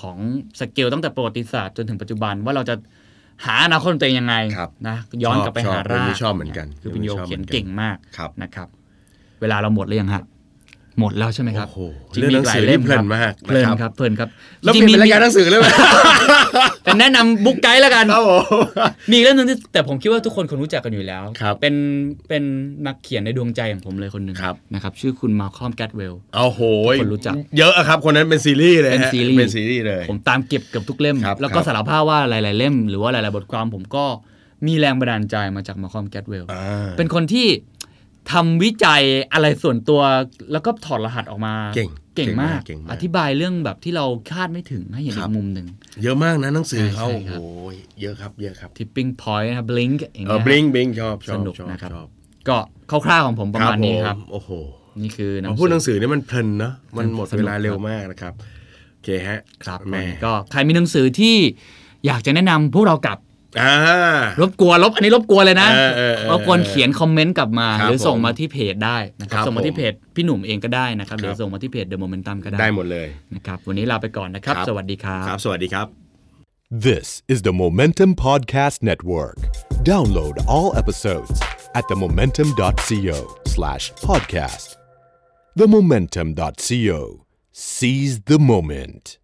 ของสเกลตั้งแต่ประวัติศาสตร์จนถึงปัจจุบันว่าเราจะหาอนาคตของตัวเองยังไง
ครับ
นะย้อนกลับไป
ชอบ
หา
ชอบ
ราก
เรื่องนี้ชอบเหมือนกัน
คือคุณโย
ชอบเหมื
เขีย
อน นกัน
เก่งมาก
ครับ
นะครับ เวลาเราหมดแล้วยังฮะหมดแล้วใช่ไหมครับ
โอ้โหเรื่องหนังสือ
จริ
นี่
ง
เพ
มี
ลิ
อีกหลายเล่
น
ม
มาก
เพลินะครับ ครับเพลินครับ
แล้ว
จ
เป
ง
ลี่ยน
ๆ
เป็นรายการหนังสือเลยไหม
เป็นแนะนำบุ๊กไกด์แล้วกัน
ครับผม
มีอีกเรื่องหนึงที่แต่ผมคิดว่าทุกคนคงรู้จักกันอยู่แล้ว
ครับ
เป็นเป็นนักเขียนในดวงใจของผมเลยคนหนึ่ง
ครับ
นะครับชื่อคุณมาคอมแกตเวล
เอาโหย
คนรู้จัก
เยอะอะครับ คนนั้นเป็นซีรีส์เลยฮะ
เป็นซีรีส์
เป็นซีรีส์เลย
ผมตามเก็บเกือบทุกเล่ม
ครับ
แล้วก็
ครับ
สารภาพว่าหลาย ๆ เล่ม หรือว่าหลาย ๆ บทความผมก็มีแรงบันดาลใจมาจากมาคอมแกตเวล
อ่า
เป็นคนที่ทำวิจัยอะไรส่วนตัวแล้วก็ถอดรหัสออกมา
เก่ง
เก่งมาก
เก่งมาก
อธิบายเรื่องแบบที่เราคาดไม่ถึงให้เห็น
ค
อี
รับ
กมุมหนึ่ง
เยอะมากนะหนังสือเขา
ใช่ใช่ค
โอ้
รับ
โหเยอะครับเยอะครับ
tipping point นะครับ blink อย่าง
เออ
เงี้ย
บลิงบลิงชอบชอบ
สนุก
ชอบ
นะครับ
ชอบ
ก็คร่าว ๆ ของผมประมาณนี้ครับ
ผมโอ้โห
นี่คือหนั
พอง พูด
สื
ห
อ
นังสือเนี่ยมันเพลินเนอะมันหมด
สนุก
เวลา
ครับ
เร็วมากนะครับโอเคฮะ
ครับ
แม่
ก็ใครมีหนังสือที่อยากจะแนะนำพวกเรากลับ
อ่า
รบกวนลบอันนี้รบกวนเลยนะ
เออเออเออ
รบกวนเขียนคอมเมนต์กลับมา
ครับ
หรือส่ง
ผม
มาที่เพจได้นะครับ
ครับ
ส่งมาที่
ผม
เพจพี่หนุ่มเองก็ได้นะครับ
ค
ห
รับ
รือส่งมาที่เพจ The Momentum ก็ได้
ได้หมดเลย
นะครับวันนี้ลาไปก่อนนะครับ
ครับ
สวัสดีครับ
ครับ สวัสดีครับ
This is the Momentum Podcast Network. Download all episodes at themomentum.co slash podcast. Themomentum.co. Seize the moment.